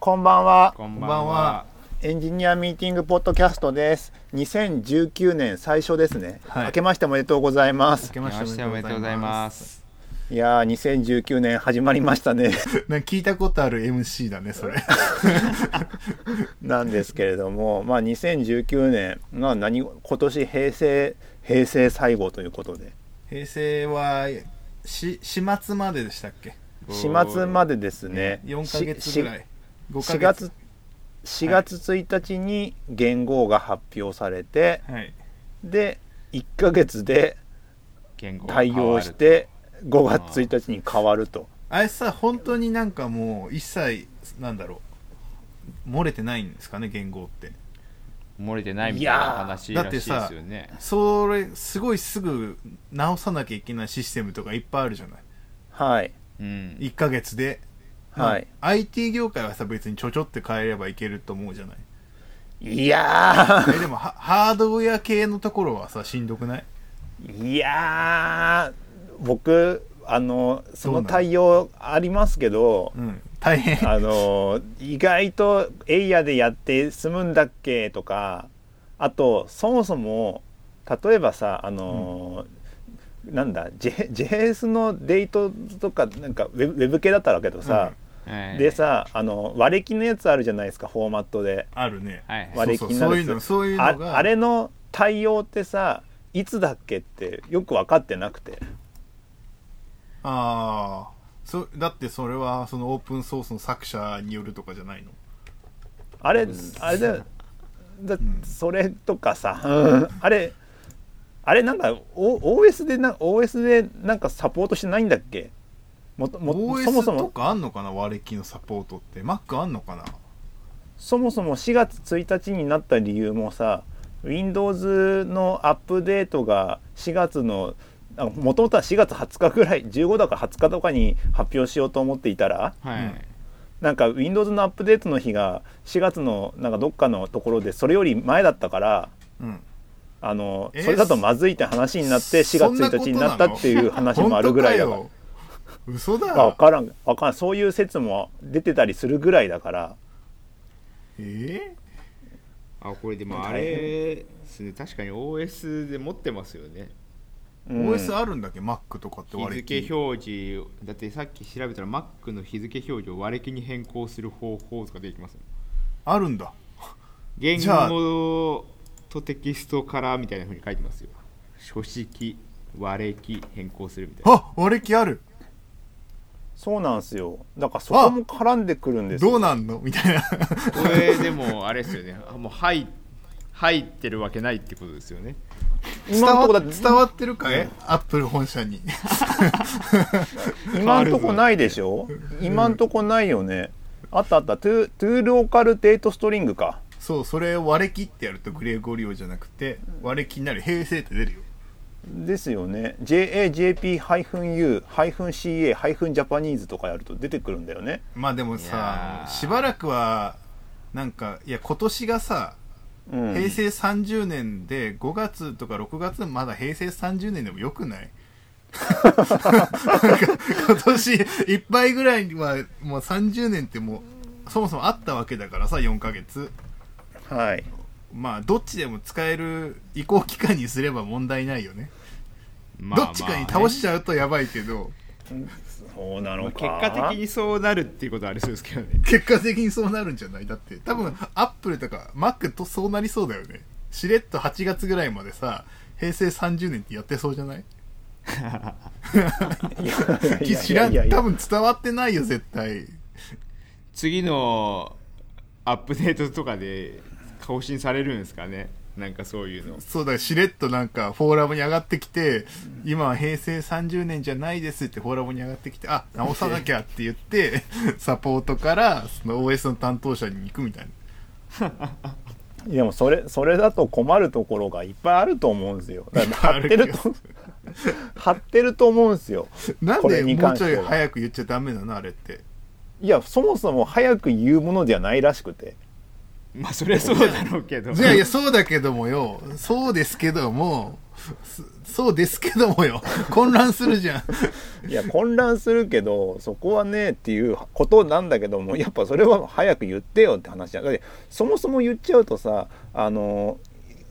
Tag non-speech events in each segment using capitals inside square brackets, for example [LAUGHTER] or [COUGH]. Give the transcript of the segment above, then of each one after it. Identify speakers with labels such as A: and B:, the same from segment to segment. A: こんばんは。
B: こん
C: ばんは。
A: エンジニアミーティングポッドキャストです。2019年最初ですね。
C: はい
A: 明けましておめでとうございま
C: 明
A: す。
C: け
B: 明
C: ま
B: けまし
C: してて
B: お
C: お
B: め
C: め
B: でと
C: でと
B: う
C: う
B: ご
C: ご
B: ざ
C: ざ
B: い
C: い
B: ま
C: ます。
B: す。
A: いやー、2019年始まりました
C: [LAUGHS]
A: ね。
C: なんか聞いたことある MC だね、それ。
A: なんですけれども、まあ2019年まあ何今年平成平成最後ということで、
C: [LAUGHS] 平成は、し、始末まででしたっけ
A: 始末までですね。
C: ?4 ヶ月ぐら
A: い。
C: い。5ヶ
A: 4
C: 月
A: 月。4月1日に元号が発表されて、
C: はい。
A: で1ヶ月で
B: 言語が
A: 対
B: 変わ
A: 応
B: る
A: して5月1日に変わると。
C: あれさ、本当になんかもう、一切、なんだろう。漏れてないんですかね、言語って。
B: 漏れてないみたいな話らしいですよね。
C: それ、すごいすぐ直さなきゃいけないシステムとかいっぱいあるじゃない。
A: はい。
B: うん。
C: 1ヶ月で。
A: はい。
C: IT 業界はさ、別にちょちょって変えればいけると思うじゃない。
A: いや
C: えでもは、ハードウェア系のところはさ、しんどくない
A: ー、いやー、僕、あの、そ
C: ど
A: の
C: うなの
A: 対応ありますけど
C: う、ん。大変。
A: あの、意外とエイヤでやって済むんだっけとか、あと、そもそも、例えばさ、あの、なんだ J- JS のデートとかなんかウェブウェブ系だったらだけどさ、
B: はい
A: で、さあの割れ木のやつあるじゃないですかフォーマットで
C: あるね。
B: はい
A: 割れ気にな
C: そう
A: る
C: いうの、そういう
A: あ
C: のが。
A: あれの対応ってさいつだっけってよく分かってなくて
C: ああ。そだってそれはそのオープンソースの作者によるとかじゃないの
A: あれあれだだそれとかさ、うんあれあれなんか、O、OS でな OS でなんかサポートしてないんだっけもとも
C: OS
A: そもそ
C: と
A: も
C: かあんのかな割れ機のサポートって。Mac あんのかな
A: そもそも4月1日になった理由もさ Windows のアップデートが4月のもともとは4月20日ぐらい15だか20日とかに発表しようと思っていたら
B: はい。
A: なんか Windows のアップデートの日が4月のなんかどっかのところでそれより前だったから
C: うん。
A: あの
C: えー
A: それだとまずいって話になって4
C: そんな
A: 月
C: こと
A: 1日になったっていう話もあるぐらいだか
C: 本当かよ [LAUGHS] 嘘だ
A: ら分からん分からんそういう説も出てたりするぐらいだから
C: え
B: あ、これでもあれですね、確かに OS で持ってますよね。
A: う
C: ー
A: ん
C: ?OS あるんだっけ ?Mac とかって
B: 日
C: 割れ
B: 付
C: 機。
B: 表示、だってさっき調べたら Mac の日付表示を割り気に変更する方法とかできますよ。
C: あるんだ。
B: 言
C: じゃあ
B: 語とテキストからみたいなふうに書いてますよ。書式、割れ気、変更するみたいな。
C: あ割れ機ある
A: そうなんですよだからそこも絡んでくるんですよ
C: どうなんのみたいな。
B: これでもあれですよね。あもう入入ってるわけないってことですよね。
C: 伝
A: 今ん
C: わ
A: とこだ
C: 伝わってるかい ?Apple 本社に。
A: 今んとこないでしょ今んとこないよねあったあったトゥトゥーローカルデートストリングか
C: そう、それを割れ切ってやるとグレーゴリオじゃなくて、割れ切になる平成って出るよ。
A: ですよね JAJP-U-CA-Japanese とかやると出てくるんだよね
C: まあでも
B: いや
C: さ
B: ー、
C: しばらくは、なんか、いや、今年がさ、
A: うん
C: 平成30年で5月とか6月まだ平成30年でもよ
B: [LAUGHS]
C: くないなんか今年いっぱいぐらいはもう30年ってもうそもそもあったわけだからさ4ヶ月
A: はい
C: まあどっちでも使える移行期間にすれば問題ないよね
B: まあ
C: どっちかに倒
B: ゃ
C: しちゃうとやばいけど
A: そうなの
B: 結
A: か、
B: 果的にそうなるっていうことはありそうですけどね。
C: [LAUGHS] 結果的にそうなるんじゃないだって多分アップルとかマックとそうなりそうだよねしれっと8月ぐらいまでさ平成30年ってやってそうじゃない
A: [LAUGHS] いや
C: 知らん
A: いやいや
C: 多分伝わってないよ絶対
B: 次のアップデートとかで更新されるんですかね。なんかそういうの。
C: そうだしれっとなんかフォーラムに上がってきて今は平成30年じゃないですってフォーラムに上がってきてあ直さなきゃって言って
A: [LAUGHS]
C: サポートからその OS の担当者に行くみたいな
A: でもそれそれだと困るところがいっぱいあると思うんです
C: [LAUGHS]
A: よだから貼ってると [LAUGHS] 貼ってると思うんですよ
C: なん
A: これ
C: で
A: に
C: もう
A: 関し
C: ちょ
A: て
C: い
A: は
C: 早く言っちゃダメなのあれって
A: いやそもそも早く言うものではないらしくて
B: まあそりゃそうだろうけど
C: [LAUGHS] いやいや、そうだけどもよ。そうですけども、すそうですけどもよ。 [LAUGHS] 混乱するじゃん。 [LAUGHS]
A: いや混乱するけどそこはねっていうことなんだけどもやっぱそれは早く言ってよって話だだってそもそも言っちゃうとさあの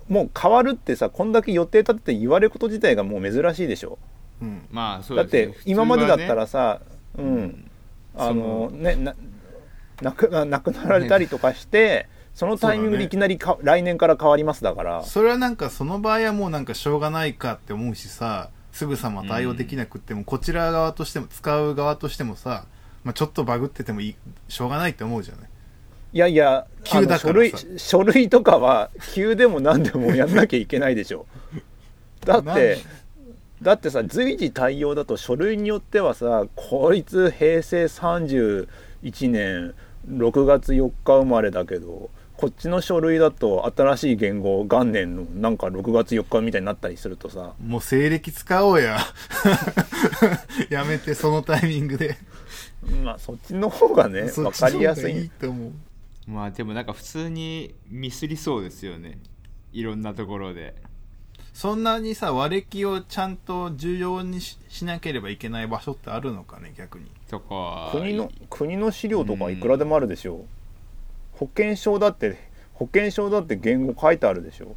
A: もう変わるってさこんだけ予定立てて言われること自体がもう珍しいでしょ
C: うん。
B: まあそう
A: だっ
B: ですね
A: て今までだったら
B: 普
A: さ、う
B: 通はね
A: んあのねななくななくなられたりとかして、そのタイミングでいきなりか、来年から変わりますだから
C: それはなんか、その場合はもうなんかしょうがないかって思うしさ、すぐさま対応できなくっても、こちら側としても、使う側としてもさ、まあ、ちょっとバグっててもいいしょうがないって思うじゃない。
A: いやいやあ
C: 急
A: の
C: だか
A: 書
C: ら
A: 類
C: さ
A: 書類とかは急でも何でもやんなきゃいけないでし
C: [LAUGHS]
A: ょだっ
C: なん
A: てだってさ随時対応だと書類によってはさこいつ平成31年6月4日生まれだけどこっちの書類だと新しい言語元年のなんか6月4日みたいになったりするとさ
C: もう西暦使おうや。 [LAUGHS] やめて、そのタイミングで。
A: まあそっちの方がね
C: [LAUGHS] そ
A: 分
C: っち
A: か
C: の方
A: り
C: が
A: やすい
C: いいと思う。
B: まあでもなんか普通にミスりそうですよねいろんなところで
C: そんなにさ和暦をちゃんと重要にししなければいけない場所ってあるのかね逆に
B: とか
A: 国の国の資料とかいくらでもあるでしょう、保険証だって保険証だって言語書いてあるでしょ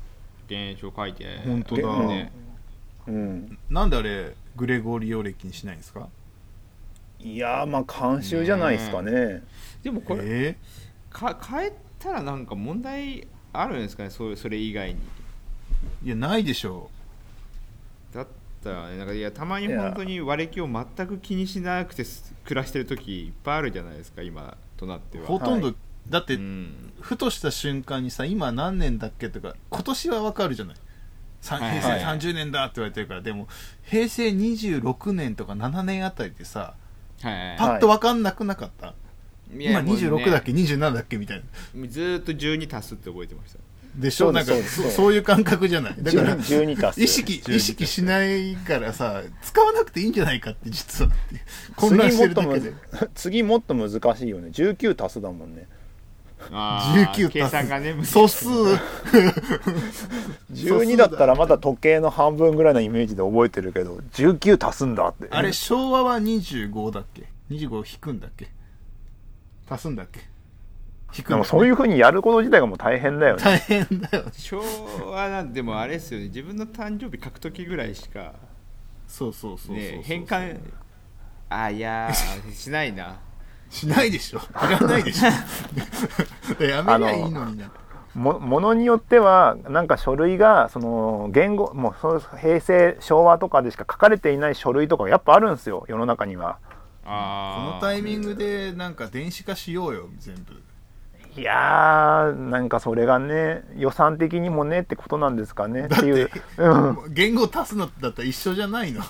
B: 現象書いて
C: 本当
A: だ
B: ね
A: う、うん、
C: なんであれグレゴリオ暦にしないんですか
A: いやーまあ慣習じゃないですかね、
B: でもこれ
C: え
B: か変えたらなんか問題あるんですかねそれそれ以外に
C: ーいやないでしょ
B: だったらねなんかいやたまに本当に割れ気を全く気にしなくてす暮らしてる時いっぱいあるじゃないですか今となって
C: う
B: は
C: ほとんど、
A: は
C: だって、
B: うん
C: ふとした瞬間にさ今何年だっけとか今年はわかるじゃないさ
B: はい
C: 平成30年だって言われてるから、でも平成26年とか7年あたりでさ
B: はい
A: は
C: パッとわかんなくなかった、
B: いや
C: 今
B: もう
C: 26だっけ、27だっけみたいな
B: ね、ずーっと12足すって覚えてました
C: でしょ
A: そう
C: な
A: です
C: んか
A: そうですそうで
C: そ
A: す
C: そういう感覚じゃないだから
A: 12足す
C: [LAUGHS] 意識
B: 12
C: 意識しないからさ使わなくていいんじゃないかって実はっていう混乱して
A: 次もっ
C: る
A: と
C: だ
A: む
C: けで
A: [LAUGHS] 次もっと難しいよね19足すだもんね
B: あー計
C: 19
B: 算がね
C: 足
B: 難し
C: す
B: い
C: 素数 [LAUGHS]
A: 12だったらまだ時計の半分ぐらいのイメージで覚えてるけど19足すんだって
C: あれ昭和は25だっけ25引くんだっけ足すんだっけ引
A: で
C: くんだ
A: も
C: っけ
A: そういうふうにやること自体がもう大変だよね
C: 大変だよ
B: 昭和なんでもあれですよね自分の誕生日書く時ぐらいしか
C: そうそうそうそう
B: ね変換あいやーしないな
C: しないでしょいらないで [LAUGHS] しょやめりゃいいのにな
A: もものによってはなんか書類がその言語もうその平成昭和とかでしか書かれていない書類とかがやっぱあるんですよ世の中には。
C: こ
B: あ
C: のタイミングでなんか電子化しようよ全部
A: いやーなんかそれがね予算的にもねってことなんですかねっていう、うん、
C: もう言語足すのだったら一緒じゃないの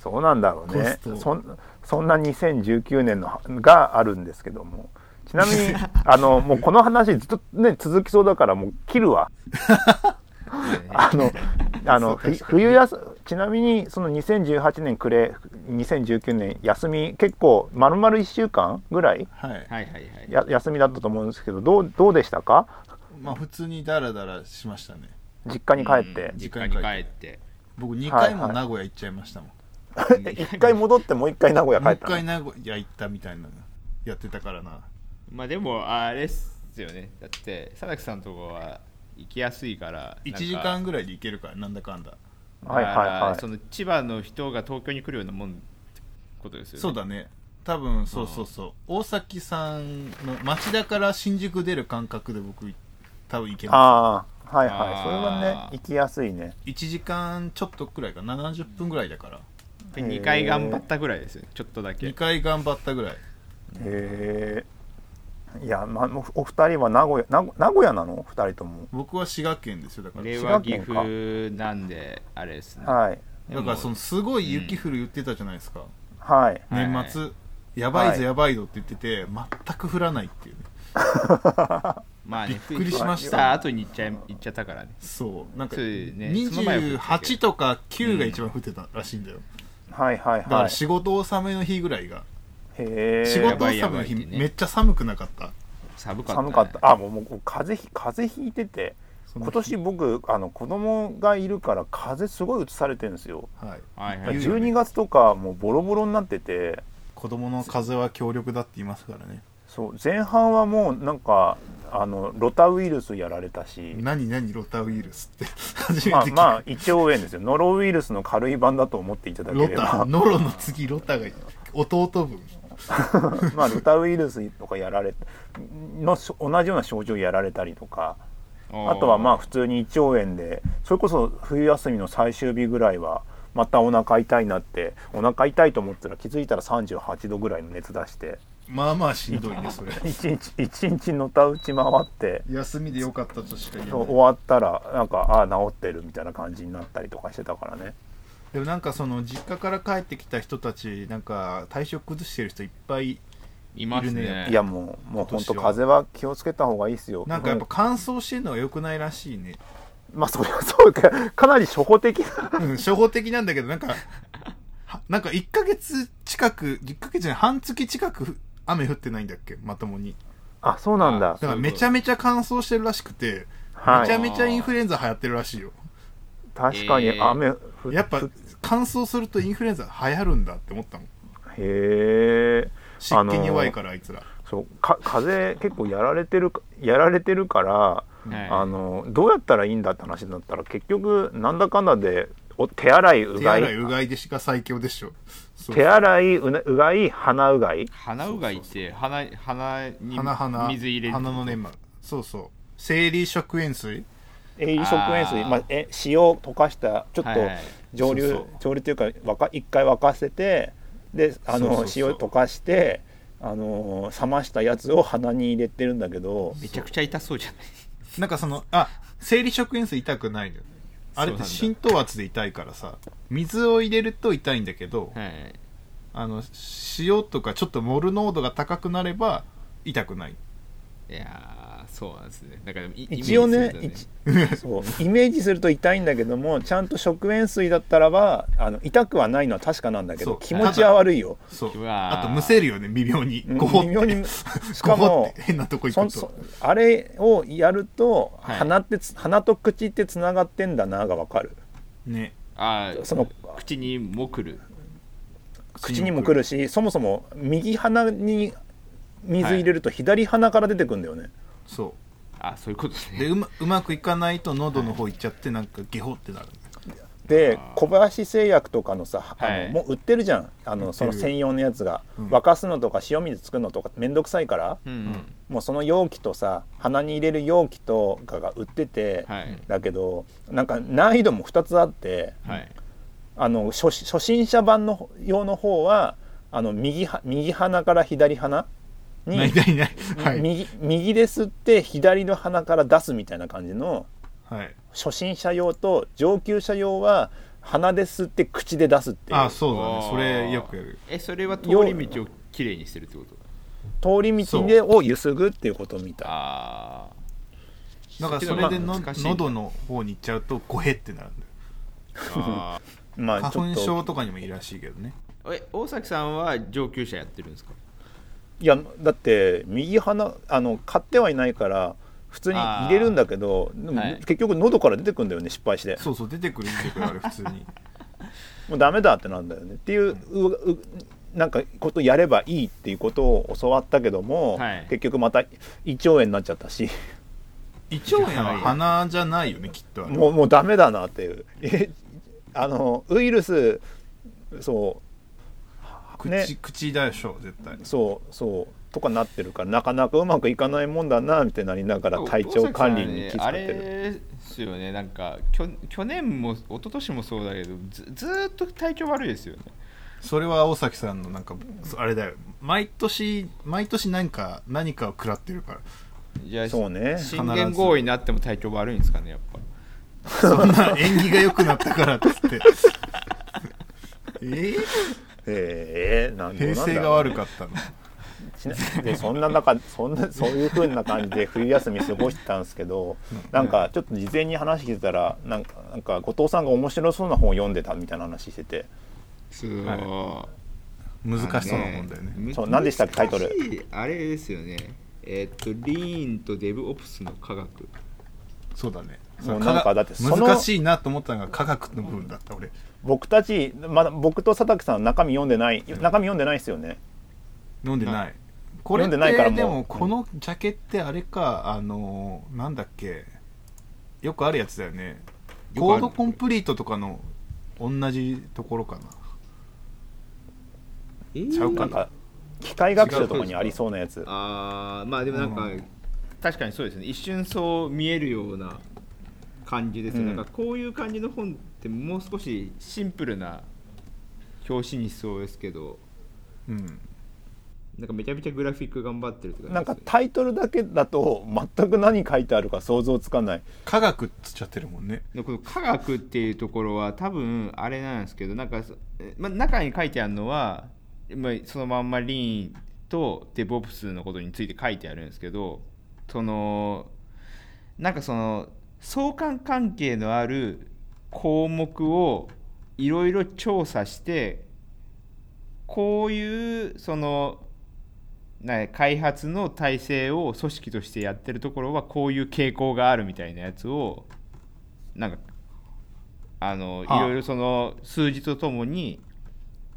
A: そうなんだろうね
C: コスト
A: そんそんな2019年のがあるんですけどもちなみにあのもうこの話ずっとね続きそうだからもう切るわ。あの、あの、ふ冬休、ちなみに、その2018年暮れ、2019年休み、結構、まるまる1週間ぐらい
C: はい
B: はいはいはい
A: や休みだったと思うんですけど、どう、どうでしたか
C: まあ普通にダラダラしましたね
A: 実家に帰って
B: うん。実家に帰って
C: 僕2回も
A: はいはい
C: 名古屋行っちゃいましたもん、
B: うん
A: [LAUGHS] 一回戻って、もう一回名古屋帰
C: もう
A: っ
C: 一
A: たの
C: 回。名古屋行ったみたいなのやってたからな
B: まあでもあれっすよねだって佐々木さんのとこは行きやすいから
C: 1時
B: なん
C: 間
B: か
C: ぐらいで行けるからなんだかんだ
A: はいはい
B: だから
A: はい
B: そ。の千葉の人が東京に来るようなもんってことですよね
C: そうだね多分そうそうそう大崎さんの町田から新宿出る感覚で僕多分行けま
A: ああ、はいはい。それはね
B: あ、ー
A: 行きやすいね。
C: す1時間ちょっとくらいか70分ぐらいだから
B: で2回頑張ったぐらいですよねちょっとだけ
C: 2回頑張ったぐらい
A: へえ。いや、ま、お二人は名古屋、名古名古屋なの二人とも。
C: 僕は滋賀県ですよだから
B: 令
C: だ
B: 和岐阜なんであれですね
A: はい。
C: からそのすごい雪降る言ってたじゃないですか、
A: はい。
B: はい
C: 年末、やばい
A: は
C: ぞ
A: い
C: やばいぞって言ってて、全く降らないっていうね
B: まあね
C: びっくりしました
B: 降った後に行っちゃい行っちゃったからね
C: そうなんか
B: そうねその前は降ってたけ
C: 28とか9が一番降ってたらしいんだよ、
A: はいはい
C: だか
A: はい
C: ら。仕事納めの日ぐらいが、
A: へえ。
C: 仕事
B: や
C: 納めの
B: ばいやばい
C: 日
B: ってね
C: めっちゃ寒くなかった
B: 寒かった、ね、
A: 寒かったあもうもう風邪ひ風邪ひいてて
C: その
A: 今
C: 日
A: 年僕あの子供がいるから風邪すごいうつされてるんですよ
C: はい
B: はいはい、
A: 12月とかもうボロボロになってて
C: 子供の風邪は強力だって言いますからね
A: そう前半はもうなんかあのロタウイルスやられたし
C: 何何ロタウイルスって初め
A: まあ
C: て聞いた、
A: まあ胃腸炎ですよノロウイルスの軽い版だと思っていただけ
C: ロ
A: れ
C: タ
A: ば
C: ノロの次ロタが弟分
A: まあロタウイルスとかやられの同じような症状やられたりとか
B: あ
A: あとはまあ普通に胃腸炎でそれこそ冬休みの最終日ぐらいはまたお腹痛いなってお腹痛いと思ったら気づいたら38度ぐらいの熱出して [LAUGHS]
C: まあまあしんどいねそれ
A: 一日一日のた打ち回って
C: 休みでよかったとしか言えない
A: 終わったらなんかああ治ってるみたいな感じになったりとかしてたからね
C: でもなんかその実家から帰ってきた人たちなんか体調崩してる人いっぱい
B: います
C: いる
B: ね
C: ね
A: いやもうもう
C: 今
A: 本
C: 年は
A: 当風邪は気をつけた方がいいですよ
C: なんかやっぱ乾燥してるのが良くないらしいね、
A: うんまあそりゃそうかかなり初歩的な
C: うん、初歩的なんだけどなんかはなんか1ヶ月近く1ヶ月じゃない半月近く雨降ってないんだっけまともに
A: あそうなんだ
B: あ
C: だからめちゃめちゃ乾燥してるらしくて
A: は
C: めちゃ
A: い
C: めちゃインフルエンザ流行ってるらしいよ
A: 確かに雨降っ
C: やっぱ
A: へ
C: 乾燥するとインフルエンザ流行るんだって思ったもん
A: え
C: 湿気に弱いからあいつら、
A: そうか風邪結構やられてるやられてるから、
B: はい
A: あのどうやったらいいんだって話になったら結局なんだかんだでお手洗いう
C: 手
A: がい
C: 洗いうがいでしか最強でしょそう
A: 手洗いうなうがい鼻うがい
B: 鼻うがいって鼻鼻に
C: 鼻鼻
B: 水入れる
C: 鼻の粘膜そうそう生理食塩水
A: 栄養食塩水
B: あー
A: まあ、え塩を溶かしたちょっと
B: はいはい
A: 蒸留、
C: そうそう
A: 蒸留というか沸か一回沸かせてであの
C: そうそうそう
A: 塩溶かしてあの冷ましたやつを鼻に入れてるんだけど
B: めちゃくちゃ痛そうじゃない
C: なんかそのあ生理食塩水痛くないのよあれって
B: そうな
C: 浸透圧で痛いからさ水を入れると痛いんだけど、
B: はい
C: あの塩とかちょっとモル濃度が高くなれば痛くない
B: いやーそうなんですねだからい
A: 一応ね
B: イメージす
A: 一 [LAUGHS] そうイメージすると痛いんだけどもちゃんと食塩水だったらばあの痛くはないのは確かなんだけ
C: そ
A: ど
C: う
A: 気持ちは悪いよ。
C: そう
B: うわー
C: あとむせるよね微妙に
A: うん
C: ゴホっ
A: 微
C: て
A: 妙
C: [LAUGHS]
A: にし
C: ゴ
A: か
C: ホっ
A: も
C: て変なとこ行
A: そ
C: く
A: ん
C: と
A: そあれをやると、
B: はい
A: 鼻ってつ鼻と口ってつながってんだながわかる
C: ね
B: あー
A: その
B: 口にもくる
A: 口にも来るしそもそも右鼻に水入れると左鼻から出てくるんだよね、
C: そ
B: あそういうことです
C: うで
B: ね
C: うまうまくいかないと喉の方行っちゃってなんかゲホってなる
A: で小林製薬とかのさあの、
B: はい
A: もう売ってるじゃんあ
C: 売ってる
A: のその専用のやつが、
C: うん
A: 沸かすのとか塩水作るのとかめんどくさいから、
B: うん、
A: もうその容器とさ鼻に入れる容器とかが売ってて、
B: はい
A: だけどなんか難易度も2つあって
B: はい
A: あの初初心者版の用の方はあの右は右鼻から左鼻に
C: ないないないはい、
A: 右右で吸って左の鼻から出すみたいな感じの
C: はい、
A: 初心者用と上級者用は鼻で吸って口で出すってい
C: あ
A: う
C: そうだねそれよくやる
B: えそれは通り道をきれいにしてるってこ
A: 通
B: と
A: り道でをゆすぐっていうことみたい
B: あ
C: だからそれで
B: まあ
C: の
B: 難しいんだ
C: 喉の方に行っちゃうとゴヘってなるんだよ
B: ーあ
A: まあちょ
C: 花
A: っ
C: 粉
A: と
C: 症とかにもいいらしいけどね
B: ーえ大崎さんは上級者やってるんですか
A: いやだって右鼻あの買ってはいないから普通に入れるんだけどでも
B: はい
A: 結局喉から出てくんだよね失敗して
C: そうそう出てくる出てくるあれ普通
A: [LAUGHS]
C: に
A: もうダメだってなんだよねっていうううなんかことやればいいっていうことを教わったけども、
B: はい
A: 結局また胃腸炎になっちゃったし。
C: 胃腸炎は鼻じゃないよねきっとあれ
A: もうもうダメだなっていうえあのウイルスそ
C: 口,、
A: ね
C: 口だでしょ絶対
A: うそうそうとかなってるからなかなかうまくいかないもんだなみたいになりながら体調管理に気遣っ
B: あれ
A: てる、
B: ですよねなんかきょ去年も一昨年もそうだけどずずーっと体調悪いですよね
C: それは大崎さんのなんかそあれだよ毎年毎年何か何かを食らってるから
B: じゃあ
A: そうね
B: し信玄合意になっても体調悪いんですかねやっぱ
C: そんな縁起が良くなったからっつってえ
A: ええなん
C: ー、
A: で
C: 平
A: なんだ
C: 成が悪かったの
A: ちなでそんな中そんなそういう風な感じで冬休み過ごしてたんですけどなんかちょっと事前に話聞いてたらなんかなんか後藤さんが面白そうな本を読んでたみたいな話してて
B: そう、
C: 難しそうなもんだよね
A: そう何でしたっけタイトル
B: 難しいあれですよねえーっとリーンとデブオプスの科学
C: そうだね
A: もう
C: 科
A: なんか
C: 学
A: だってその
C: 難しいなと思ったのが科学の部分だった俺
A: 僕たち、まだ僕と佐竹さんは中身読んでない、中身読んでないですよね。
C: 飲んで
B: な
C: ないこれっ
A: 飲ん
C: て
A: でないからもう
C: でもこのジャケってあれかあのーなんだっけよくあるやつだよね
B: よくあ
C: コー
B: る
C: ドコンプリートとかの同じところかな
B: え
C: ちゃうか
A: なんか機械学習とかにありそうなやつ。
B: あーまあでもなんか、
C: うん
B: 確かにそうですね一瞬そう見えるような感じですね、
A: うん
B: なんかこういう感じの本ってもう少しシンプルな表紙にしそうですけど
C: うん
B: なんかめちゃめちゃグラフィック頑張ってるって
A: なん
B: 感じ
A: か
B: ですね
A: タイトルだけだと全く何書いてあるか想像つかない。
C: 科学っつっちゃってるもんね
B: でこの科学っていうところは多分あれなんですけどなんかそ、えまあ、中に書いてあるのは、まあ、そのまんまリーンとデブオプスのことについて書いてあるんですけどそのなんかその相関関係のある項目をいろいろ調査してこういうそのな開発の体制を組織としてやってるところはこういう傾向があるみたいなやつをなんかあのい
C: ああ
B: ろいろその数字とともに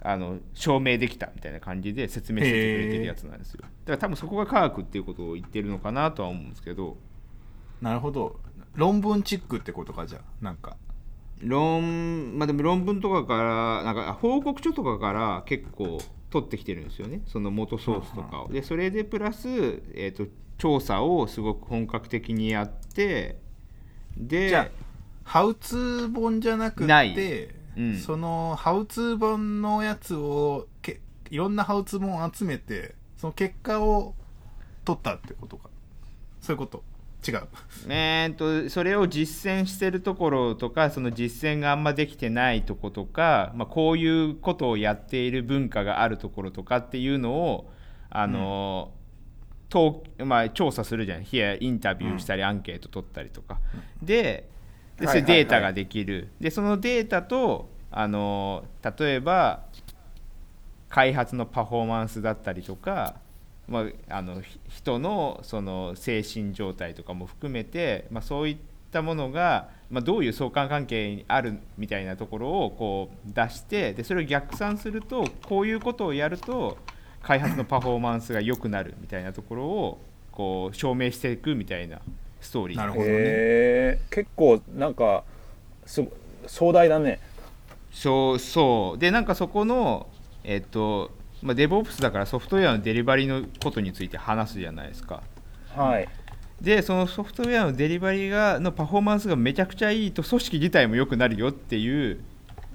B: あの証明できたみたいな感じで説明してくれてるやつなんですよだから多分そこが科学っていうことを言ってるのかなとは思うんですけど
C: なるほど論文チックってことかじゃあなんか
B: 論まあでも論文とかからなんか報告書とかから結構取ってきてるんですよねその元ソースとかを。でそれでプラス、えー、と調査をすごく本格的にやってで
C: じゃあハウツー本じゃなくて
B: ないうん
C: そのハウツー本のやつをけいろんなハウツー本を集めてその結果を取ったってことかそういうこと違う
B: えー、とそれを実践してるところとかその実践があんまできてないとことか、まあ、こういうことをやっている文化があるところとかっていうのをあの、とまあ、調査するじゃんいやインタビューしたりアンケート取ったりとか、ででそ
A: はいはい
B: れ
A: はい
B: データができる、でそのデータとあの例えば開発のパフォーマンスだったりとか、まあ、あのひ人のその精神状態とかも含めて、まあ、そういったものが、まあ、どういう相関関係にあるみたいなところをこう出してでそれを逆算するとこういうことをやると開発のパフォーマンスが良くなるみたいなところをこう証明していくみたいなストーリー
C: なるほどね
A: へえ結構なんかすご壮大だね。
B: そうそうでなんかそこのえっと、まあ、デブオプスだからソフトウェアのデリバリーのことについて話すじゃないですか
A: はい。
B: でそのソフトウェアのデリバリーがのパフォーマンスがめちゃくちゃいいと組織自体も良くなるよっていう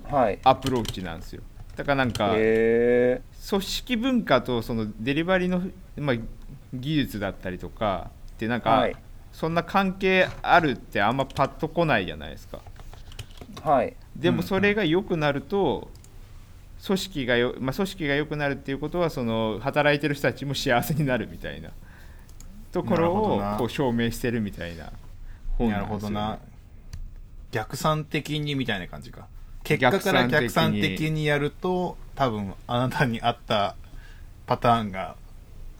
A: はい。
B: アプローチなんですよだからなんか
A: へえ
B: 組織文化とそのデリバリーの、まあ、技術だったりとかってなんか、
A: はい
B: そんな関係あるってあんまパッとこないじゃないですか
A: はい。
B: で
C: うんう
B: も
C: ん
B: それが良くなると組織がよ、まあ、組織が良くなるっていうことはその働いてる人たちも幸せになるみたいなところ
C: なるほ
B: を
C: どな
B: こう証明してるみたいな本
C: な
B: な
C: る
B: んで
C: ほ
B: すよ
C: ど
B: ね
C: な逆算的にみたいな感じか結果から逆
B: 逆算
C: 算
B: 的に
C: 的にやると多分あなたに合ったパターンが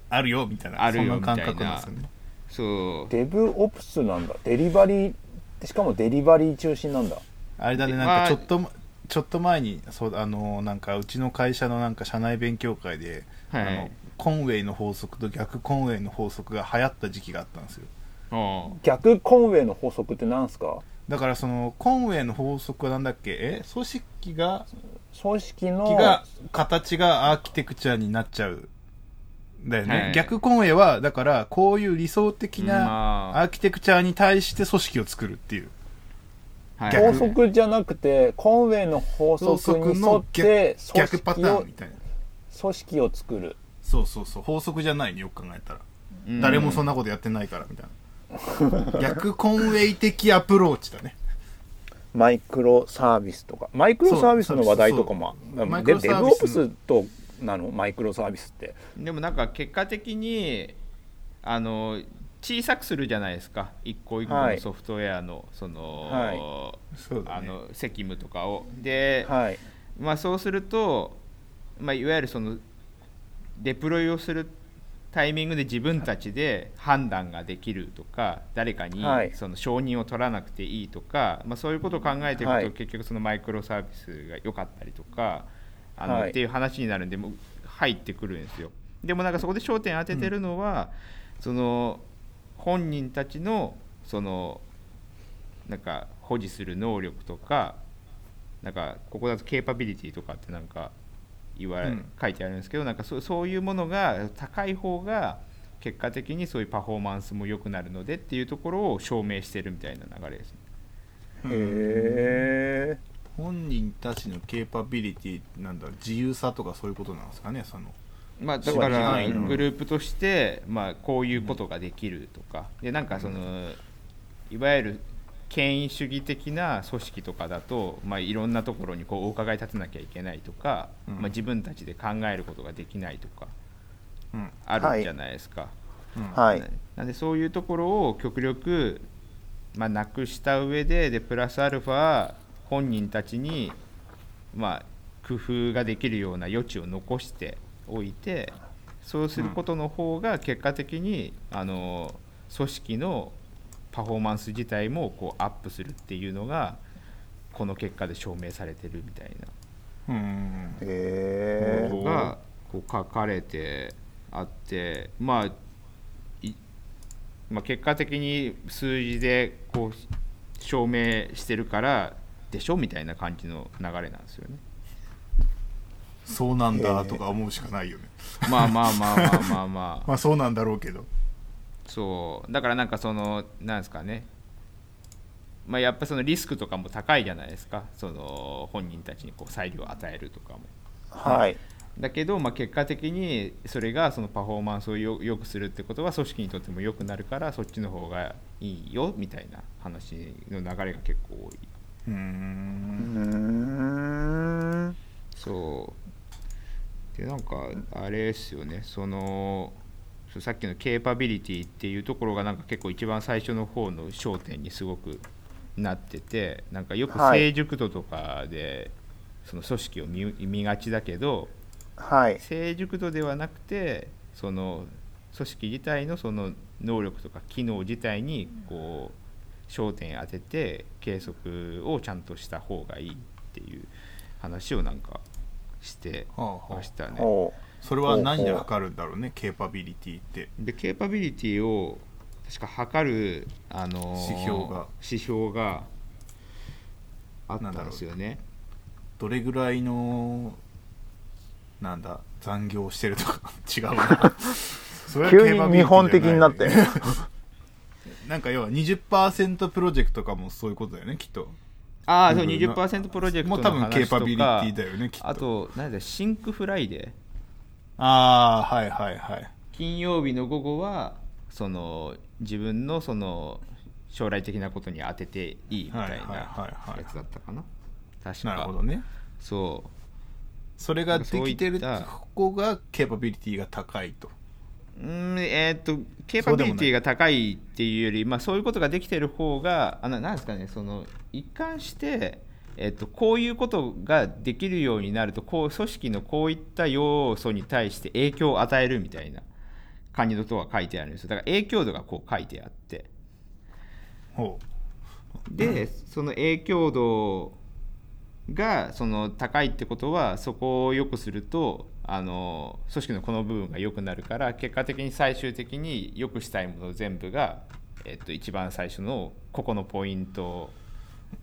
C: あるよみたいな
B: あるよ
C: そんな感覚なんですよ
B: み
C: ね
B: そう
A: デブオプスなんだ。デリバリーしかもデリバリー中心なんだ。
C: あれだね
B: で
C: なんかちょっと、ちょっと前にそうあのなんかうちの会社のなんか社内勉強会で、
B: はい
C: あのコンウェイの法則と逆コンウェイの法則が流行った時期があったんですよ
B: あ
A: 逆コンウェイの法則ってなんすか？
C: だからそのコンウェイの法則はなんだっけえ組織が
A: 組織の
C: 組織が形がアーキテクチャになっちゃうだよね、
B: はい
C: 逆コンウェイはだからこういう理想的
B: うん
C: な
B: まあ
C: アーキテクチャに対して組織を作るっていう
B: あはい
C: 逆
A: 法則じゃなくてコンウェイの法
C: 法
A: 則
C: 則
A: に沿っ
C: の逆
A: て組
C: 逆パタ
A: 織
C: ー
A: を
C: ンみたいな
A: 組織を作る。
C: そうそうそう法則じゃないねよく考えたら
B: うん
C: 誰もそんなことやってないからみたいな逆コンウェイ的アプローチだね
A: マイクロサービスとかマイクロサービスの話題とかも
C: そうそうそ
A: あ
C: うマイク
A: で
C: ロサ
A: デブ
C: ー
A: オ
C: ビス
A: プスとなのマイクロサービスって
B: でもなんか結果的にあの小さくするじゃないですか一個一個
A: は
B: の
A: い
B: ソフトウェアのその、
A: は
C: そうだ
B: あ
C: ね
B: の責務とかをで、
A: はい
B: まあ、そうすると、まあ、いわゆるそのデプロイをするタイミングで自分たちで判断ができるとか誰かに
A: はい
B: その承認を取らなくていいとか、まあ、そういうことを考えていくと、
A: はい
B: 結局そのマイクロサービスが良かったりとかあの、
A: はい
B: っていう話になるんでもう入ってくるんですよ。でもなんかそこで焦点当ててるのは、その本人たちのそのなんか保持する能力とかなんかここだとケーパビリティとかってなんか言われ、
C: うん
B: 書いてあるんですけどなんかそうそういうものが高い方が結果的にそういうパフォーマンスも良くなるのでっていうところを証明してるみたいな流れですね。
A: へえ
C: 本人たちのケーパビリティなんだ自由さとかそういうことなんですかねその
B: まあ、だか
A: そう
B: ら
A: ですね
B: グループとして、まあ、こういうことができるとかでなんかそのいわゆる権威主義的な組織とかだと、まあ、いろんなところにこうお伺い立てなきゃいけないとか、
C: うん
B: まあ、自分たちで考えることができないとか
C: うん
B: あるじゃないですか。
C: うん
A: はい
B: ななんでそういうところを極力、まあ、なくした上ででプラスアルファ本人たちに、まあ、工夫ができるような余地を残しておいてそうすることの方が結果的に、あの組織のパフォーマンス自体もこうアップするっていうのがこの結果で証明されてるみたいな。
C: うんうん
A: へえ
B: ことがこう書かれてあって、まあ、いまあ結果的に数字でこう証明してるからでしょみたいな感じの流れなんですよね。
C: そうなんだとか思うしかないよね、
B: まあまあまあまあまあまあ
C: まあそうなんだろうけど
B: そうだからなんかそのなんですかねまあやっぱそのリスクとかも高いじゃないですかその本人たちにこう裁量を与えるとかも。
A: はい
B: だけど、まあ、結果的にそれがそのパフォーマンスをよ良くするってことは組織にとっても良くなるからそっちの方がいいよみたいな話の流れが結構多い。
C: う
A: う
C: ー
A: んん
B: そうでなんかあれですよねそのそうさっきのケーパビリティっていうところがなんか結構一番最初の方の焦点にすごくなっててなんかよく
A: はい
B: 成熟度とかでその組織を見見がちだけど、
A: はい
B: 成熟度ではなくてその組織自体のその能力とか機能自体にこう焦点当てて計測をちゃんとした方がいいっていう話をなんかして
C: はあはあ
B: ましたね。
A: ほ
C: それは何で測るんだろうねケーパビリティって
B: でケーパビリティを確か測る、あのー
C: 指標が
B: 指標があったんですよね。
C: どれぐらいのなんだ残業してるとか [LAUGHS] 違
A: [LAUGHS]
C: うなそ
A: う
C: れは
A: 急
C: 競馬
A: に
C: ビ
A: 日
C: ー
A: 本
C: ト
A: 的
C: じゃ
A: に
C: な
A: ないって
C: [LAUGHS] なんか要は20%プロジェクトとかもそういうことだよねきっと
B: ああそう
C: うん
B: 20%プロジェク
C: も
B: ト
C: う
B: の
C: 多
B: 話
C: 分ケー
B: とか
C: パビリティだよねきっと
B: あと何だシンクフライデー。
C: ああはいはいはい
B: 金曜日の午後はその自分のその将来的なことに当てていいみたいな
C: はいはいはいはい
B: やつだったかな確か
C: なるほどね
B: そ
C: それができてる
B: そういった
C: ここがケーパビリティが高いと
B: ううんえーっとケー
C: そ
B: パ
C: うで
B: ビ
C: も
B: リ
C: な
B: ティ
C: い
B: が高いっていうよりまあそういうことができてる方があななんですかねその一貫してえーっとこういうことができるようになるとこう組織のこういった要素に対して影響を与えるみたいな感じのことが書いてあるんですよだから影響度がこう書いてあって
C: ほ
B: でその影響度がその高いってことはそこを良くするとあの組織のこの部分が良くなるから結果的に最終的に良くしたいもの全部が、えっと、一番最初のここのポイント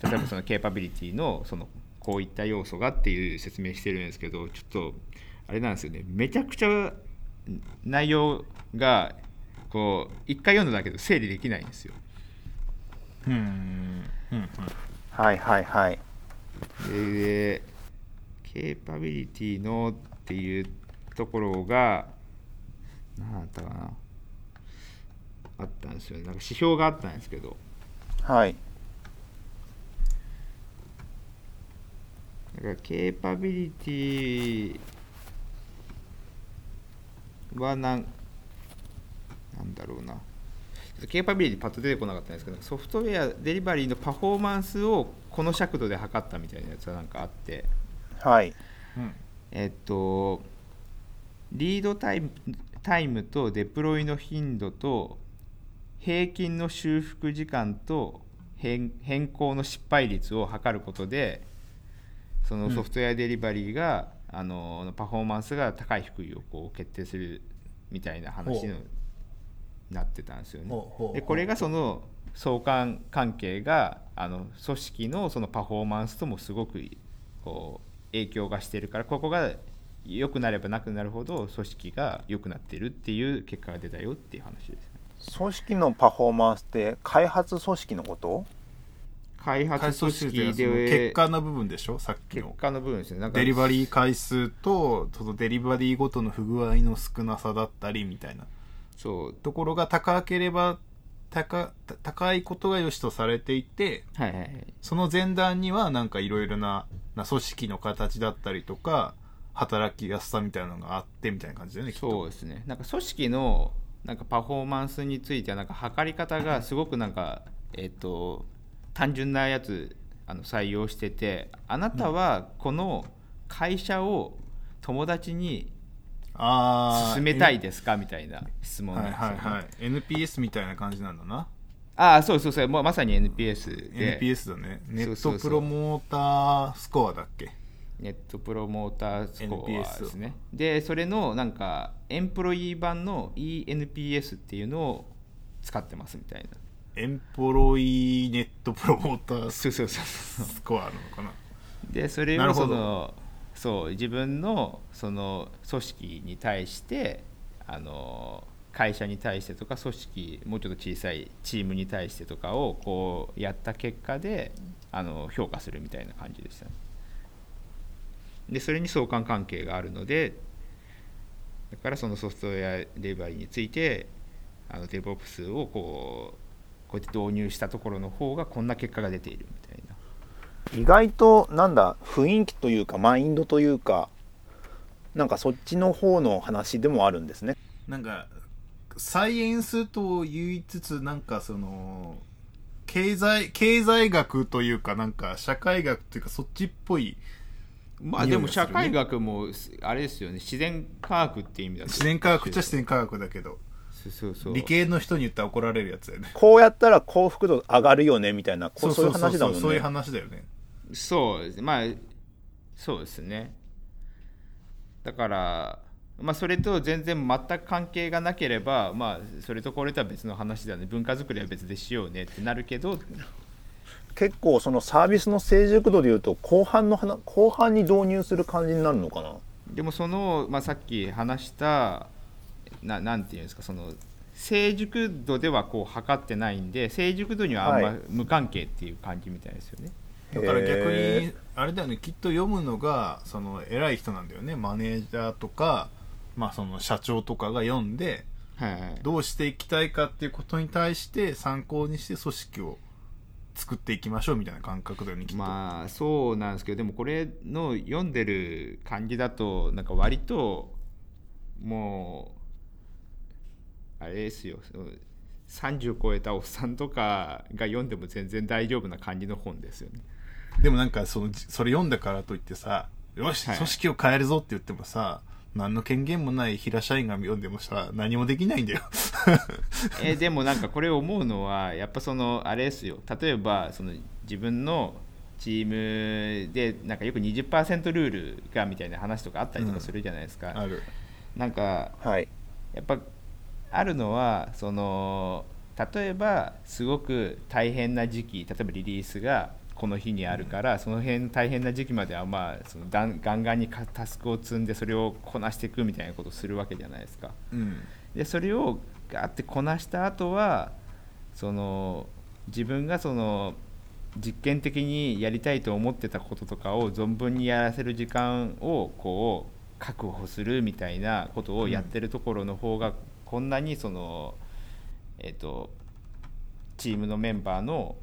B: 例えばそのケーパビリティのそのこういった要素がっていう説明してるんですけどちょっとあれなんですよねめちゃくちゃ内容がこう一回読んだだけど整理できないんですよ。
C: ううんうん
A: はいはいはい
B: でケーパビリティのっていうところが何だったかなあったんですよねなんか指標があったんですけど
A: はい
B: なんかケーパビリティはなんなんだろうなケーパビリティパッと出てこなかったんですけどソフトウェアデリバリーのパフォーマンスをこの尺度で測ったみたいなやつはなんかあって。
A: はい
C: うん
B: えっと、リードタイムタイムとデプロイの頻度と平均の修復時間と変変更の失敗率を測ることでそのソフトウェアデリバリーが、あのパフォーマンスが高い低いをこう決定するみたいな話に
C: ほ
B: なってたんですよね
C: ほうほうほ。う
B: でこれがその相関関係があの組織のそのパフォーマンスともすごくこう影響がしてるからここが良くなればなくなるほど組織が良くなってるっていう結果が出たよっていう話ですね。
A: 組織のパフォーマンスって開発組織のこと
B: 開
C: 回
B: 発
C: 数
B: 組
C: して
B: 織
C: るっていうのはその
B: で
C: 結果の部分でしょさっき
B: 結
C: の
B: 果の部分ですね。なんか
C: デリバリー回数とそのデリバリーごとの不具合の少なさだったりみたいな
B: そう
C: ところが高ければ高高いことが良しとされていて
B: はいはいはい
C: その前段にはなんかいろいろなな組織の形だったりとか働きやすさみたいなのがあってみたいな感じだよねきっと
B: そうですねなんか組織のなんかパフォーマンスについてはなんか測り方がすごくなんか、えっと単純なやつあの採用しててあなたはこの会社を友達に
C: ああ
B: 勧めたいですかみたいな質問
C: は
B: ないんですよ
C: は
B: ね
C: いはい NPS みたいな感じなんだな
B: ああそうそうそうもうまさに NPS で
C: NPS だねネ
B: そう
C: ッ
B: そうそ
C: ト
B: う
C: プロモータースコアだっけ
B: ネットプロモータースコア
C: NPS
B: ですね。で、それのなんか、エンプロイー版の ENPS っていうのを使ってますみたいな。
C: エンポロイネットプロモータース
B: そうそうそうそ
C: コアなのかな
B: う。で、それ
C: な
B: を
C: る
B: そ
C: ほど
B: の、そう、自分のその組織に対して、あの、会社に対してとか組織もうちょっと小さいチームに対してとかをこうやった結果であの評価するみたいな感じでしたね。でそれに相関関係があるのでだからそのソフトウェアデバイについてあの DevOps をこうこうやって導入したところの方がこんな結果が出ているみたいな
A: 意外となんだ雰囲気というかマインドというかなんかそっちの方の話でもあるんですね
C: なんかサイエンスと言いつつなんかその経済経済学というかなんか社会学というかそっちっぽい
B: まあ
C: 匂
B: で
C: い
B: も
C: がする
B: 社
C: ね
B: 会学もあれですよね自然科学って意味だと
C: 自然科学っちゃ自然科学だけど
B: そうそうそう
C: 理系の人に言ったら怒られるやつだよね
A: こうやったら幸福度上がるよねみたいなこうそういう話だもんね
C: そういう話だよね
B: そうですねまあそうですねだからまあそれと全然全く関係がなければまあそれとこれとは別の話だね文化づくりは別でしようねってなるけど
A: 結構そのサービスの成熟度でいうと後半の話後半に導入する感じになるのかな
B: でもその、まあ、さっき話したななんていうんですかその成熟度ではこう測ってないんで成熟度にはあん
A: は
B: ま
A: い
B: 無関係っていう感じみたいですよね。
C: だから逆に
A: へ
C: あれだよねきっと読むのがその偉い人なんだよねマネージャーとかまあその社長とかが読んで
B: はいはい、
C: どうしていきたいかっていうことに対して参考にして組織を作っていきましょうみたいな感覚だよねきっと、
B: まあそうなんですけどでもこれの読んでる感じだとなんか割ともうあれですよその30超えたおっさんとかが読んでも全然大丈夫な感じの本ですよ [LAUGHS] ね。
C: でもなんかそのじそれ読んだからといってさよし
B: はい
C: 組織を変えるぞって言ってもさ、何の権限もない平社員が読んでもさ何もできないん
B: [LAUGHS]
C: だよ
B: えーでもなんかこれ思うのはやっぱそのあれですよ例えばその自分のチームでなんかよく20%ルールがみたいな話とかあったりとかするじゃないですか、
C: ある
B: なんか
A: はい
B: やっぱあるのはその例えばすごく大変な時期例えばリリースがこの日にあるから、その辺大変な時期まではまあそのだんガンガンにかタスクを積んでそれをこなしていくみたいなことをするわけじゃないですか。
C: うん
B: でそれをガーってこなした後はその自分がその実験的にやりたいと思ってたこととかを存分にやらせる時間をこう確保するみたいなことをやってるところの方がこんなにその、えっとチームのメンバーの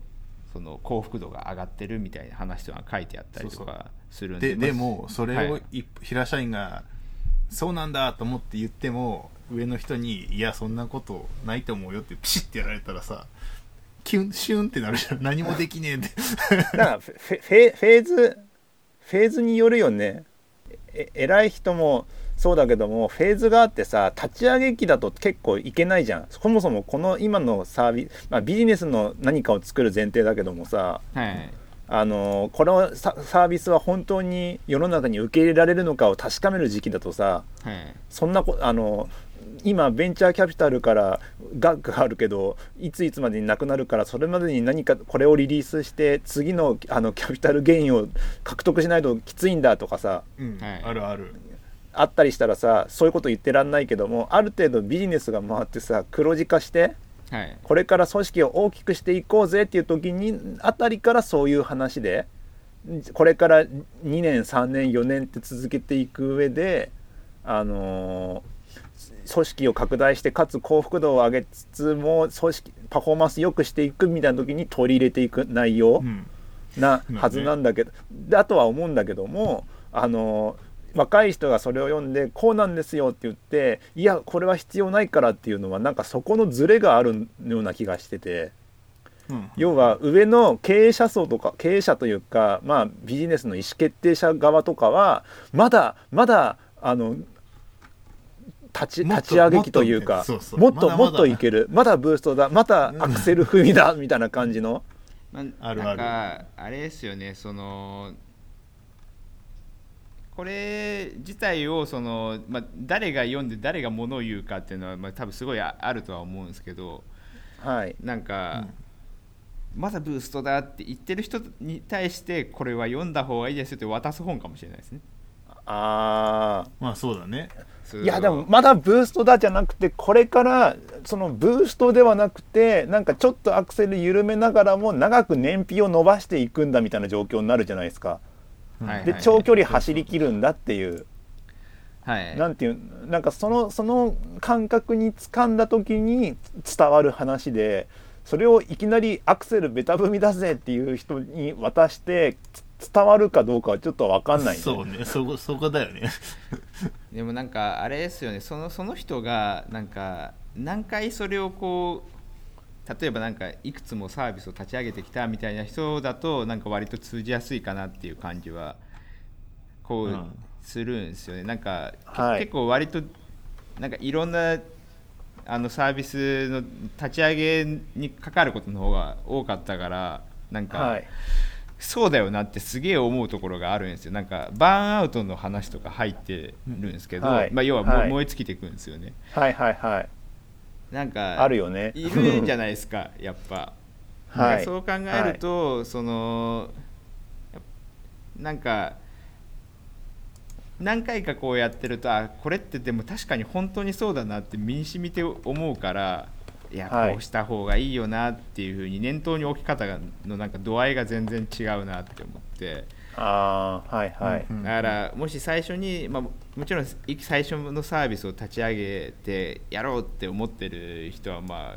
B: その幸福度が上がってるみたいな話とか書いてあったりとかするんで
C: ででもそれ
B: は
C: を
B: い
C: い平社員がそうなんだと思って言っても上の人に「いやそんなことないと思うよ」ってピシッてやられたらさキュンシュンってなるじゃん何もできねえって
A: だからフェフェフェーズフェーズによるよねえ偉い人もそうだけどもフェーズがあってさ立ち上げ期だと結構いけないじゃんそもそもこの今のサービス、まあ、ビジネスの何かを作る前提だけどもさ
B: はい
A: あのこのササービスは本当に世の中に受け入れられるのかを確かめる時期だとさ
B: はい
A: そんなこあの今ベンチャーキャピタルから額があるけどいついつまでになくなるからそれまでに何かこれをリリースして次のあのキャピタルゲインを獲得しないときついんだとかさ
C: うん
B: はい
C: あるある
A: あったりしたらさそういうこと言ってらんないけどもある程度ビジネスが回ってさ黒字化して
B: はい
A: これから組織を大きくしていこうぜっていう時にあたりからそういう話でこれから2年3年4年って続けていく上であのー組織を拡大してかつ幸福度を上げつつも組織パフォーマンス良くしていくみたいな時に取り入れていく内容、
C: うん
A: なはずなんだけど、だとは思うんだけどもあの若い人がそれを読んでこうなんですよって言っていやこれは必要ないからっていうのはなんかそこのズレがあるような気がしてて
C: うん
A: 要は上の経営者層とか経営者というか、まあ、ビジネスの意思決定者側とかはまだまだあの立ち
C: もっと
A: 立ち上げ期という
C: も
A: か
C: っとそうそう
A: もっと
C: まだま
A: も
C: だ
A: っといけるまだブーストだまたアクセル踏みだみたいな感じの。
B: まあ、
C: ある
B: な
C: あ
B: ん
C: る
B: かあれですよねそのこれ自体をその、まあ、誰が読んで誰がものを言うかっていうのは、まあ、多分すごいああるとは思うんですけど
A: はい
B: なんか、まだブーストだって言ってる人に対してこれは読んだ方がいいですよって渡す本かもしれないですね。
A: あー
C: まあそうだね
B: そう
A: いやでもまだブーストだじゃなくてこれからそのブーストではなくてなんかちょっとアクセル緩めながらも長く燃費を伸ばしていくんだみたいな状況になるじゃないですか。
B: はい
A: で
B: はい
A: 長距離走りきるんだっていう
B: はい
A: なんていうなんかそのその感覚につかんだ時に伝わる話でそれをいきなりアクセルベタ踏みだぜっていう人に渡してつ伝わるかどうかはちょっと分かんないね
C: そうねそこそこだ
B: [LAUGHS]
C: よね
B: でもなんかあれですよねそのその人がなんか何回それをこう例えばなんかいくつもサービスを立ち上げてきたみたいな人だとなんか割と通じやすいかなっていう感じはこ
C: う
B: うんするんですよね、なんか、け
A: はい
B: 結構割となんかいろんなあのサービスの立ち上げにかかることの方が多かったからなんか、
A: はい
B: そうだよなってすげえ思うところがあるんですよなんかバーンアウトの話とか入ってるんですけど、
A: うんはい
B: まあ、要はもう
A: はい
B: 燃え尽きていくんですよね、
A: はいはいはい
B: なんか
A: あるよね。
B: いるんじゃないですかやっぱ、
A: [LAUGHS] はい
B: なんかそう考えると、そのやっなんか何回かこうやってるとあこれってでも確かに本当にそうだなって身に染みて思うからいや
A: はい
B: こうした方がいいよなっていうふうに念頭に置き方がのなんか度合いが全然違うなって思って。
A: あーはいはい、
C: うん
B: だからもし最初に、まあ、ももちろんい最初のサービスを立ち上げてやろうって思ってる人はまあ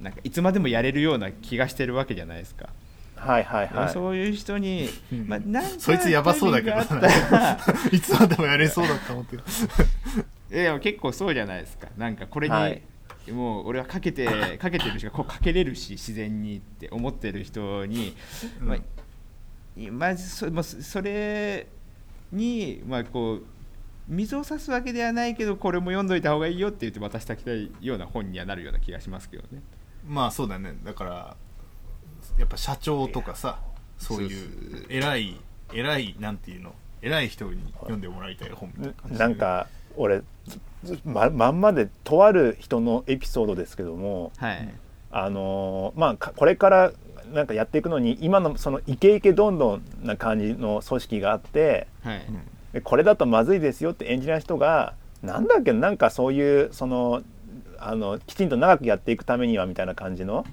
B: なんかいつまでもやれるような気がしてるわけじゃないですか、
A: はいはいはい。
B: そういう人に、
C: うん
B: まあ、なんか
C: そいつやばそうだけどな
B: タイミングがあ
C: [LAUGHS]
B: ったら
C: いつまでもやれそうだと思ってる
B: いやでも結構そうじゃないですかなんかこれに、
A: はい
B: もう俺はかけてかけてるしかこうかけれるし自然にって思ってる人に、 [LAUGHS] まあいまずそまあそそれに、まあ、こう水を差すわけではないけどこれも読んどいた方がいいよって言って渡したきたいような本にはなるような気がしますけどね。
C: まあそうだねだからやっぱ社長とかさそう
B: そう
C: いう偉い偉いなんていうの偉い人に読んでもらいたい本みたいな感じ
A: なんか俺ずずままんまでとある人のエピソードですけども
B: はい、
A: あのーまあかこれからなんかやっていくのに今のそのイケイケどんどんな感じの組織があって
B: はい、
A: でこれだとまずいですよって演じない人がなんだっけなんかそういうそのあのきちんと長くやっていくためにはみたいな感じの、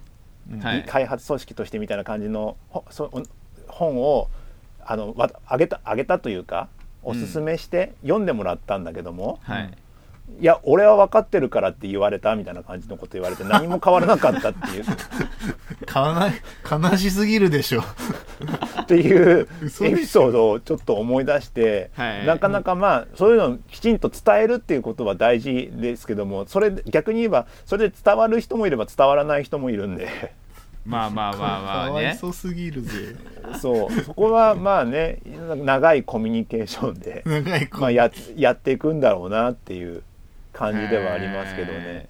B: はい
A: いい開発組織としてみたいな感じのほそ本をあのわあげたあげたというかおすすめして読んでもらったんだけども、
B: はい
A: いや俺は分かってるからって言われたみたいな感じのこと言われて何も変わらなかったっていう
C: 悲悲しすぎるでしょ
A: っていう
C: 嘘でし
A: エ
C: ょ
A: ピソードをちょっと思い出して、
B: はい
A: なかなかまあそういうのをきちんと伝えるっていうことは大事ですけどもそれ逆に言えばそれで伝わる人もいれば伝わらない人もいるんで
B: まあまあまあまあ
C: かわい
B: ね
C: そ。うすぎるぜ
A: そうそこはまあね長いコミュニケーションで、
C: 長い子、
A: まあ、ややっていくんだろうなっていう感じではありますけどね。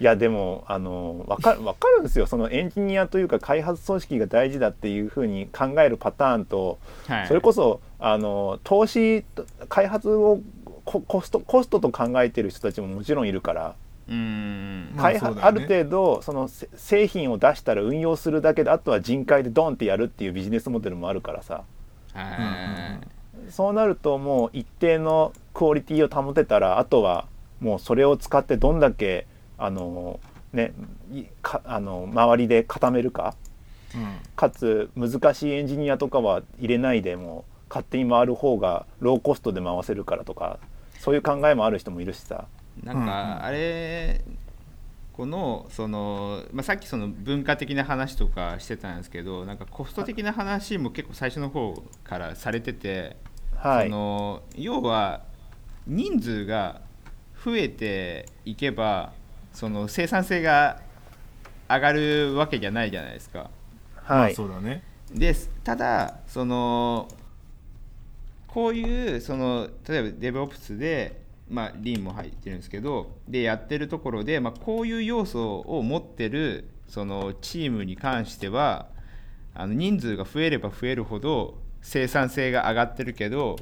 A: いやでもあのわかわかるんですよそのエンジニアというか開発組織が大事だっていうふうに考えるパターンと
B: はい。
A: それこそあの投資と開発をココストコストと考えてる人たちももちろんいるから、
B: うーん。
C: まあ
A: 開
C: そう
A: 発
C: だ
A: あ
C: よね
A: る程度そのせ製品を出したら運用するだけであとは人海でドンってやるっていうビジネスモデルもあるからさ
B: は
A: そうなるともう一定のクオリティを保てたらあとはもうそれを使ってどんだけあのねいかあの周りで固めるか
C: うん
A: かつ難しいエンジニアとかは入れないでもう勝手に回る方がローコストで回せるからとかそういう考えもある人もいるしさ。
B: い。なんか、あれ、この、その、まあ、さっきその文化的な話とかしてたんですけど、なんかコスト的な話も結構最初の方からされてて、
A: はい
B: その要は人数が増えていけばその生産性が上がるわけじゃないじゃないですか。
A: は
C: まあ
A: い
C: そうだね
B: ですただそのこういうその例えば DevOps で、まあ、リンも入ってるんですけどでやってるところで、まあ、こういう要素を持ってるそのチームに関してはあの人数が増えれば増えるほど生産性が上がってるけど、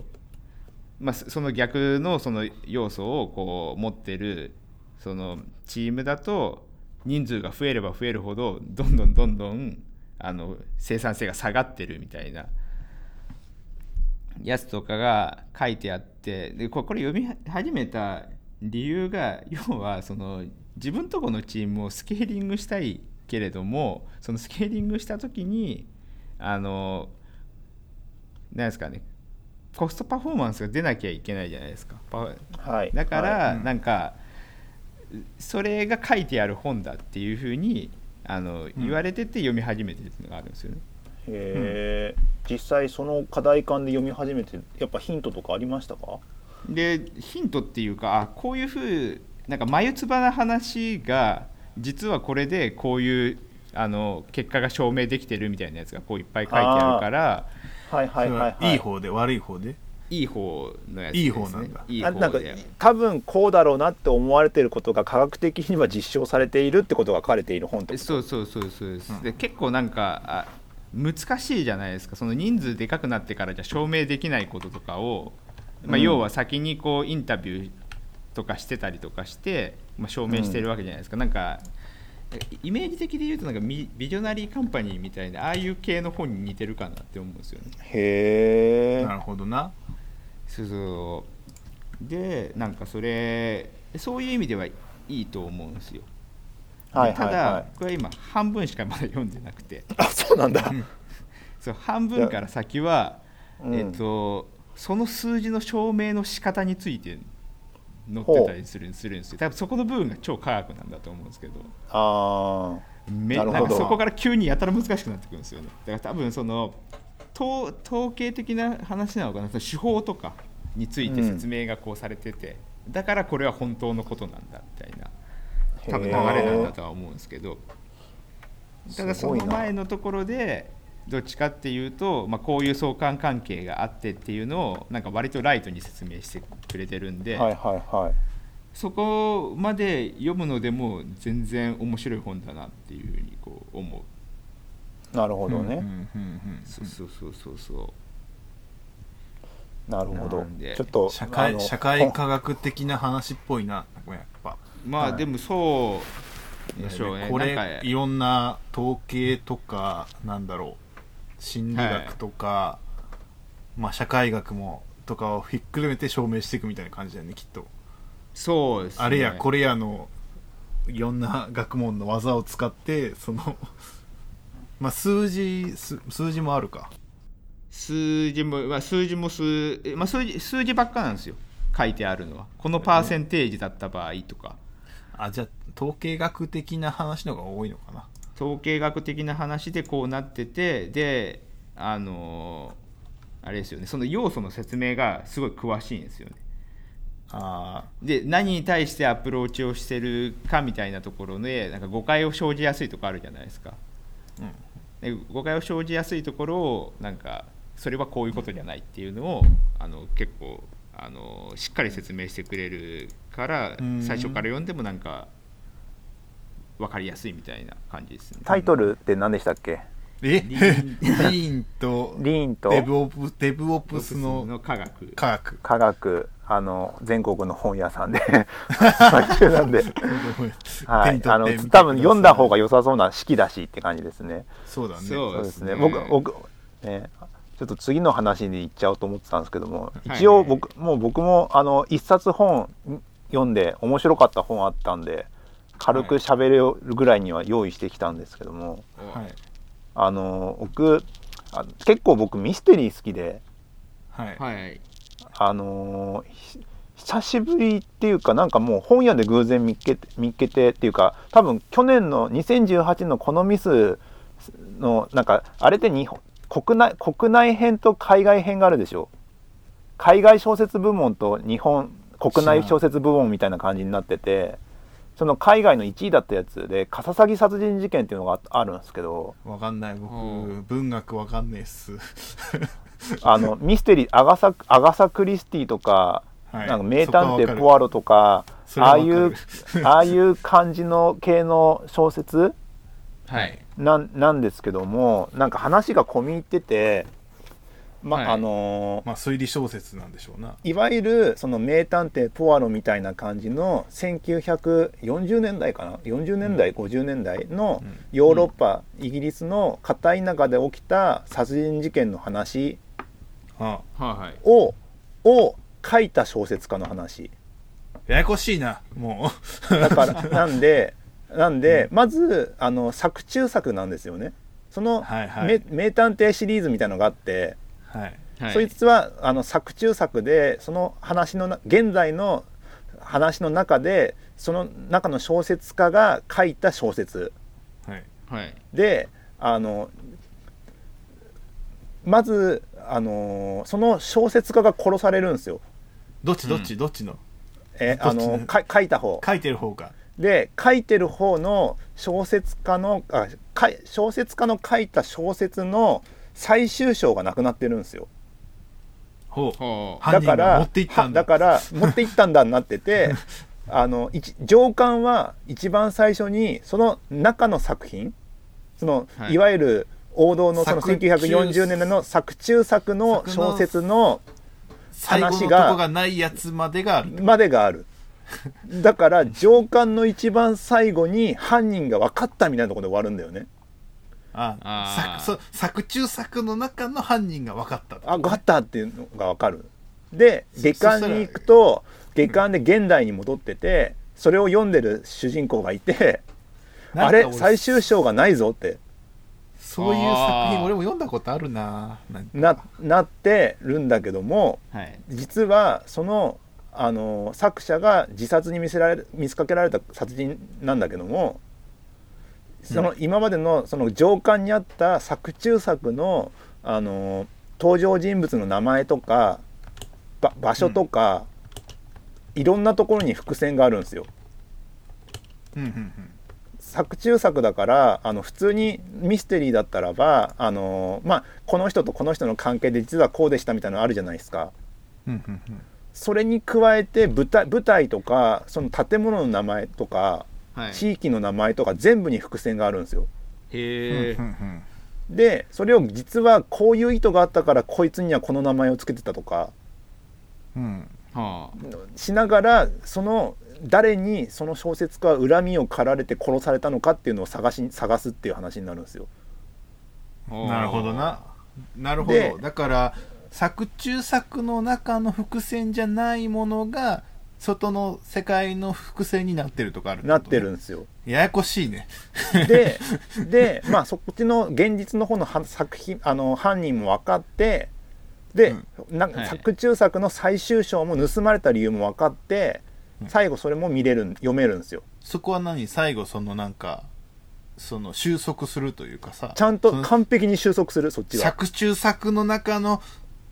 B: まあ、そその逆のその要素をこう持ってるそのチームだと人数が増えれば増えるほどどんどんどんどんあの生産性が下がってるみたいなやつとかが書いてあってでここれ読み始めた理由が要はその自分とこのチームをスケーリングしたいけれどもそのスケーリングした時にあのなんですかねコストパフォーマンスが出なきゃいけないじゃないですか。パフ
A: はい
B: だから、
A: はい
C: うん
B: なんかそれが書いてある本だっていうふうにあの言われてて読み始めてるっていうのがあるんですよね。
A: へえ、実際その課題感で読み始めてやっぱヒントとかありましたか
B: でヒントっていうかあこういうふうなんか眉唾な話が実はこれでこういうあの結果が証明できてるみたいなやつがこういっぱい書いてあるから
A: はいはいはい
C: それ
A: はい
C: いい方で悪い方で
B: いい方のやつ
C: いい方なんだ
B: いい
A: あなんか
B: 方で
A: 多分こうだろうなって思われてることが科学的には実証されているってことが書かれている本ってこと
B: そうそうそうそうです、
C: うん
B: で結構なんかあ難しいじゃないですかその人数でかくなってからじゃ証明できないこととかを、まあ、
A: うん
B: 要は先にこうインタビューとかしてたりとかして、まあ、証明してるわけじゃないですか、なんかえイメージ的で言うとなんかミビジョナリーカンパニーみたいなああいう系の本に似てるかなって思うんですよね。
A: へえ
C: なるほどな
B: そうそうでなんかそれそういう意味ではいいと思うんですよ。で
A: はい
B: た
A: はいは
B: だ
A: い
B: これ今半分しかまだ読んでなくて。
A: あそうなんだ、
B: そう半分から先は、
A: うん
B: えっとその数字の証明の仕方について載ってたりするするんですよ多分そこの部分が超科学なんだと思うんですけど
A: あ
B: め
A: な
B: な
A: るほ
B: ん
A: ど
B: かそこから急にやたら難しくなってくるんですよねだから多分その統統計的な話なのかなその手法とかについて説明がこうされてて、だからこれは本当のことなんだみたいな
A: ー
B: 多分流れなんだとは思うんですけどただ
A: す
B: そ
A: ごい
B: の
A: な
B: 前のところでどっちかっていうと、まあ、こういう相関関係があってっていうのをなんか割とライトに説明してくれてるんで、
A: はいはいはい
B: そこまで読むのでも全然面白い本だなっていうふうにこう思う。
A: なるほどね、
C: うんうんうんうん
B: そうそうそうそうそう
A: なるほど
B: なんで
A: ちょっと
C: 社
A: あの
C: 会社会科学的な話っぽいなこれやっぱ
B: まあ
C: はい
B: でもそうでしょうね、
C: こ
B: なん
C: れ
B: か
C: いろんな統計とかなんだろう心理学とか、まあ社会学もとかをひっくるめて証明していくみたいな感じだよねきっと、
B: そうですね
C: あれやこれやのいろんな学問の技を使ってその [LAUGHS] まあ数字数数字もあるか
B: 数字も、まあ、数字も数,え、まあ、数字数字ばっかなんですよ書いてあるのはこのパーセンテージだった場合とか、
C: あじゃあ統計学的な話の方が多いのかな
B: 統計学的な話でこうなっててであのーあれですよねその要素の説明がすごい詳しいんですよね
C: あ
B: で何に対してアプローチをしてるかみたいなところでなんか誤解を生じやすいとこあるじゃないですか
C: ー
B: で誤解を生じやすいところをなんかそれはこういうことじゃないっていうのをあの結構あのしっかり説明してくれるから
C: うん
B: 最初から読んでもなんか分かりやすいみたいな感じですね。
A: タイトルって何でしたっけ
C: え
B: リ
C: リ
B: ー
C: ーンと
A: リーンと
C: デブオプデブオ
B: ロ
C: プ
B: プス
C: スの
B: の科学
C: 科学
A: 科学あの全国の本屋さんで
B: [LAUGHS]
A: [LAUGHS] 発売中なんで、はい、あの多分読んだ方が
C: よ
A: 良さそうな式だしって感じですね。
C: そうだね
B: そう
A: そうですね。
B: そう
A: 僕
B: ですね
A: 僕ねちょっと次の話に行っちゃおうと思ってたんですけども、
B: はい
A: 一応僕もう僕もあの一冊本読んで面白かった本あったんで軽く喋れるぐらいには用意してきたんですけども、
C: はい
A: あの僕あ結構僕ミステリー好きで。
C: はい
B: はい
A: あのーひ久しぶりっていうかなんかもう本屋で偶然見っけて見っけてっていうか多分去年の2018のこのミスのなんかあれって日本国内国内編と海外編があるでしょ海外小説部門と日本国内小説部門みたいな感じになっててその海外の1位だったやつで「笠崎殺人事件」っていうのがああるんですけど
C: わかんない僕
B: うん
C: 文学わかんないっす [LAUGHS]
A: あのミステリーアガサアガサ・クリスティとか
C: はい
A: なんか名探偵ポアロとか
C: それは
A: ああ
C: わか
A: い
C: る
A: う
C: [LAUGHS]
A: ああいう感じの系の小説
B: はい
A: なんなんですけどもなんか話が込み入っててま、
B: はい
A: あのー
C: まあ推理小説なんでしょうない
A: わゆるその名探偵ポアロみたいな感じの1940年代かな40年代、50年代の
C: うん
A: ヨーロッパ、イギリスの片田舎で起きた殺人事件の話
C: あ
B: はい
A: をを書いた小説家の話。
C: ややこしいなも
A: だからなんでなんで、まずあの作中作なんですよね。その、
C: はいはい
A: め名探偵シリーズみたいのがあって、
C: うはい
B: はい
A: そいつはあの作中作でその話のな現在の話の中でその中の小説家が書いた小説
C: はい
B: はい
A: であのまずあのその小説家が殺されるんですよ。
C: どっちどっちどっちの
A: えあ
C: どっち
A: の
C: ね
A: か書いた方。
C: 書いてる方が
A: で書いてる方の小説家のあかい小説家の書いた小説の最終章がなくなってるんですよ
C: ほう
B: ほう
C: は
A: だか
C: 犯人が
A: ら
C: 持って行ったんだ
A: はから持っていったんだになって
C: [LAUGHS]
A: てあの一上巻は一番最初にその中の作品その、
B: はい
A: い、わゆる王道のその
C: 作中
A: 1940年代の作中作の
C: 作の
A: 小説の
C: 最後のと
A: 話
C: こ
A: が
C: がないやつまでがある
A: までがある。だから上巻の一番最後に犯人が分かったみたいなところで終わるんだよね。
C: あ
B: あー
C: 作そ作中作の中の犯人が分かった
A: あガッターっていうのが分かるで
C: そ
A: 下巻に行くと下巻で現代に戻ってて、それを読んでる主人公がいて
C: なんか
A: あれ
C: 俺
A: 最終章がないぞって
C: そういう作
B: あー
C: 品俺も読んだことあるななんか
A: ななってるんだけども
B: はい
A: 実はそのあの作者が自殺に見せられる見せかけられた殺人なんだけどもその今までのその上巻にあった作中作のあの登場人物の名前とかば場所とか、いろんなところに伏線があるんですよ。
C: うんうんうん
A: 作中作だからあの普通にミステリーだったらばあの、まあ、この人とこの人の関係で実はこうでしたみたいなのあるじゃないですか。
C: うんうんうん
A: それに加えて舞台舞台とかその建物の名前とか
B: はい
A: 地域の名前とか全部に伏線があるんですよ。
B: へえ
C: うんうんうん
A: でそれを実はこういう意図があったからこいつにはこの名前をつけてたとか
C: うん
B: は
A: しながらその誰にその小説家は恨みを駆られて殺されたのかっていうのを探し探すっていう話になるんですよ。
B: あほう
C: なるほどななるほ
A: で
C: どだから作中作の中の伏線じゃないものが外の世界の伏線になってるとかある
A: なって
C: こと
A: る
C: ね
A: んですよ。
C: ややこしいね
A: ででまあそっちの現実の方のは作品あの犯人も分かってで、なん
B: はい
A: か作中作の最終章も盗まれた理由も分かって、最後それも見れる読めるんですよ
C: そこは何最後そのなんかその収束するというかさ
A: ちゃん
C: そ
A: と
C: の
A: 完璧に収束するそっちは
C: 作中作の中の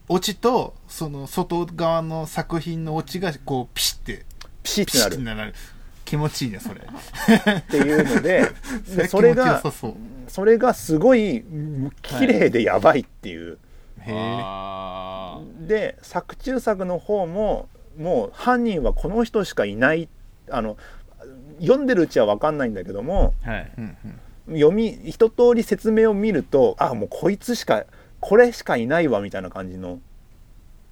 C: オチとその外側の作品のオチがこうピシッて
A: ピシッ
C: ピ
A: て
C: シ
A: な
C: ッて
A: る
C: なる気持ちいいねそれ
A: っていうのででそれ
C: 気持ちよ
A: が
C: さそう
A: それがすごいうん綺麗でやばいっていう、
C: へえ
B: あ
A: で作中作の方ももう犯人はこの人しかいないあの読んでるうちは分かんないんだけども
B: ーはい
C: うんうん
A: 読み一通り説明を見るとあもうこいつしかこれしかいないわみたいな感じの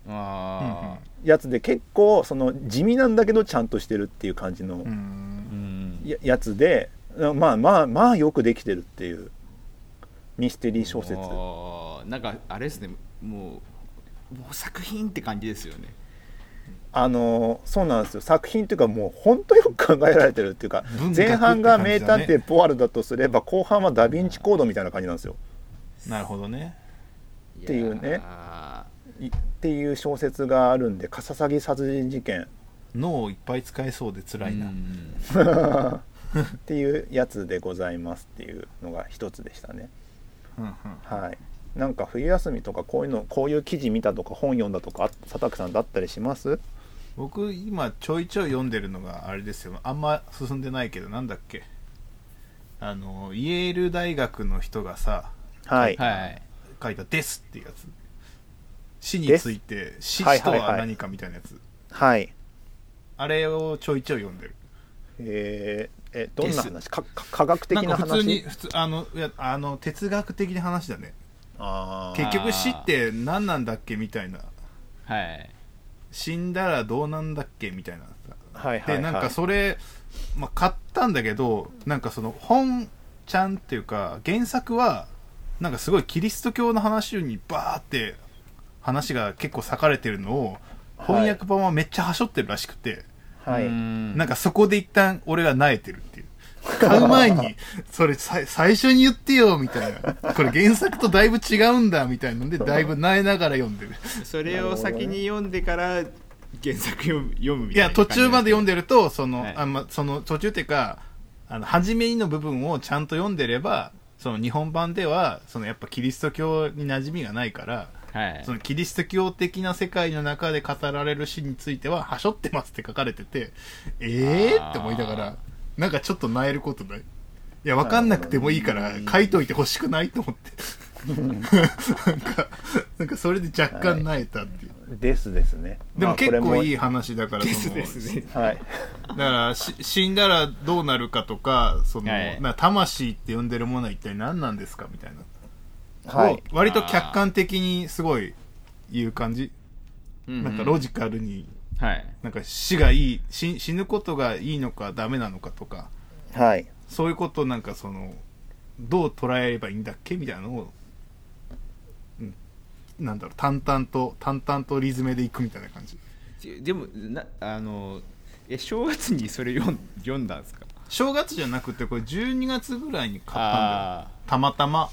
B: あ
A: やつで結構その地味なんだけどちゃんとしてるっていう感じの
C: う
B: ーうんん
A: ややつでまあまあまあよくできてるっていうミステリー小説
B: あーなんかあれですねもうもう作品って感じですよね
A: あのそうなんですよ作品というかもう本当よく考えられてるっていうか
C: 文学って
A: 前半が名探
C: 感じだ
A: 偵ポワルだとすれば後半はダヴィンチコードみたいな感じなんですよ。
C: なるほどね
A: っていうね
B: や
A: いっていう小説があるんで「笠サギ殺人事件」
C: 脳をいっぱい使えそうで辛
B: ー
C: いな、
B: うん
A: っていうやつでございますっていうのが一つでしたね。
C: うんうん
A: はいなんか冬休みとかこういうのこういう記事見たとか本読んだとかあ佐竹さんだったりします
C: 僕今ちょいちょい読んでるのがあれですよあんま進んでないけどなんだっけあのイェール大学の人がさ
A: はい、
B: はい
C: 書いた「です」っていうやつ死に
A: です
C: ついて死
A: はい
C: 死
A: は
C: と
A: いはい
C: は何かみたいなやつ、
A: はい
C: あれをちょいちょい読んでる
A: えーえどんな
B: で
A: 話かか科学的
C: なん
A: な
C: か
A: 話
C: 普通に普通あのいやあの哲学的な話だね
A: あー
C: 結局死って何なんだっけみたいな
B: はい
C: 死んだらどうなんだっけみたいな
A: はいはいはい
C: でなんかそれ、まあ、買ったんだけどなんかその本ちゃんっていうか原作はなんかすごいキリスト教の話にバーって話が結構裂かれてるのを翻訳版はめっちゃはしょってるらしくて、
A: はいう
B: ーん
C: なんかそこで一旦俺が萎えてるっていう。買う前に、それさ最初に言ってよみたいな。これ原作とだいぶ違うんだみたいなので、だいぶ萎えながら読んでる。
B: それを先に読んでから原作読む読むみ
C: い
B: たいな
C: や、途中まで読ん
B: で
C: でると、その、
B: はい
C: あま、その途中っていうか、あの、初めの部分をちゃんと読んでれば、その日本版では、そのやっぱキリスト教に馴染みがないから、
B: はい
C: そのキリスト教的な世界の中で語られる詩については、はしょってますって書かれてて、えー
B: あー
C: って思いながら、なんかちょっと萎えることない。いや、わかんなくてもいいから、書いといてほしくないと思って。 [LAUGHS] なんか、なんかそれで若干萎えたっていう。
A: ですですね。
C: で
A: ま
C: も
A: あこれ
C: 結構いい
A: も
C: 話だから、そ
B: で
C: の
B: すですね
C: [LAUGHS]
A: はい。
C: だからし死んだらどうなるかとかその、
B: はい
C: な魂って呼んでるものは一体何なんですかみたいな、
A: はい。
C: を割と客観的にすごい言う感じなんかロジカルに
B: はい
C: なんか死がいい死死ぬことがいいのかダメなのかとか
A: はい。
C: そういうことをなんかそのどう捉えればいいんだっけみたいなのを、うん、なんだろう淡々と淡々とリズムでいくみたいな感じ
B: ででもなあのえ正月にそれ読ん読んだんですか
C: 正月じゃなくてこれ12月ぐらいに買ったんだよ
B: ああ
C: たまたま
B: ー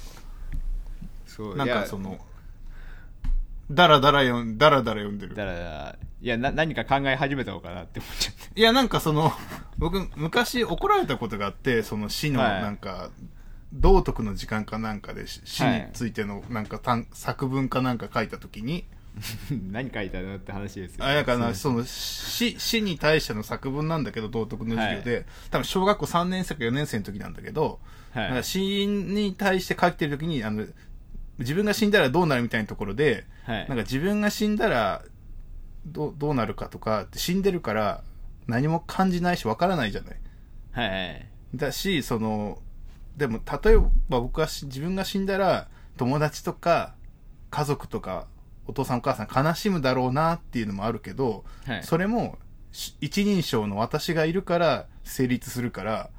B: そう
C: なん
B: いや
C: かそのダラダラ読んダラダラ読んでる
B: だからいやな何か考え始めたのかなって思っちゃって
C: いやなんかその僕昔怒られたことがあってその死の
B: はい
C: なんか、道徳の時間かなんかでし死
B: は
C: に
B: い
C: ついてのなんか短作文かなんか書いた時に、
B: 何書いた [LAUGHS] のって話ですよ
C: あだからその死死に対しての作文なんだけど道徳の授業で、多分小学校3年生か4年生の時なんだけど、
B: はい
C: なんか死に対して書いてる時にあの自分が死んだらどうなるみたいなところで、
B: はい
C: なんか自分が死んだらどうどうなるかとか死んでるから何も感じないしわからないじゃない。
B: はいはい
C: だしそのでも例えば僕はし自分が死んだら友達とか家族とかお父さんお母さん悲しむだろうなっていうのもあるけど、
B: はい
C: それもし一人称の私がいるから成立するから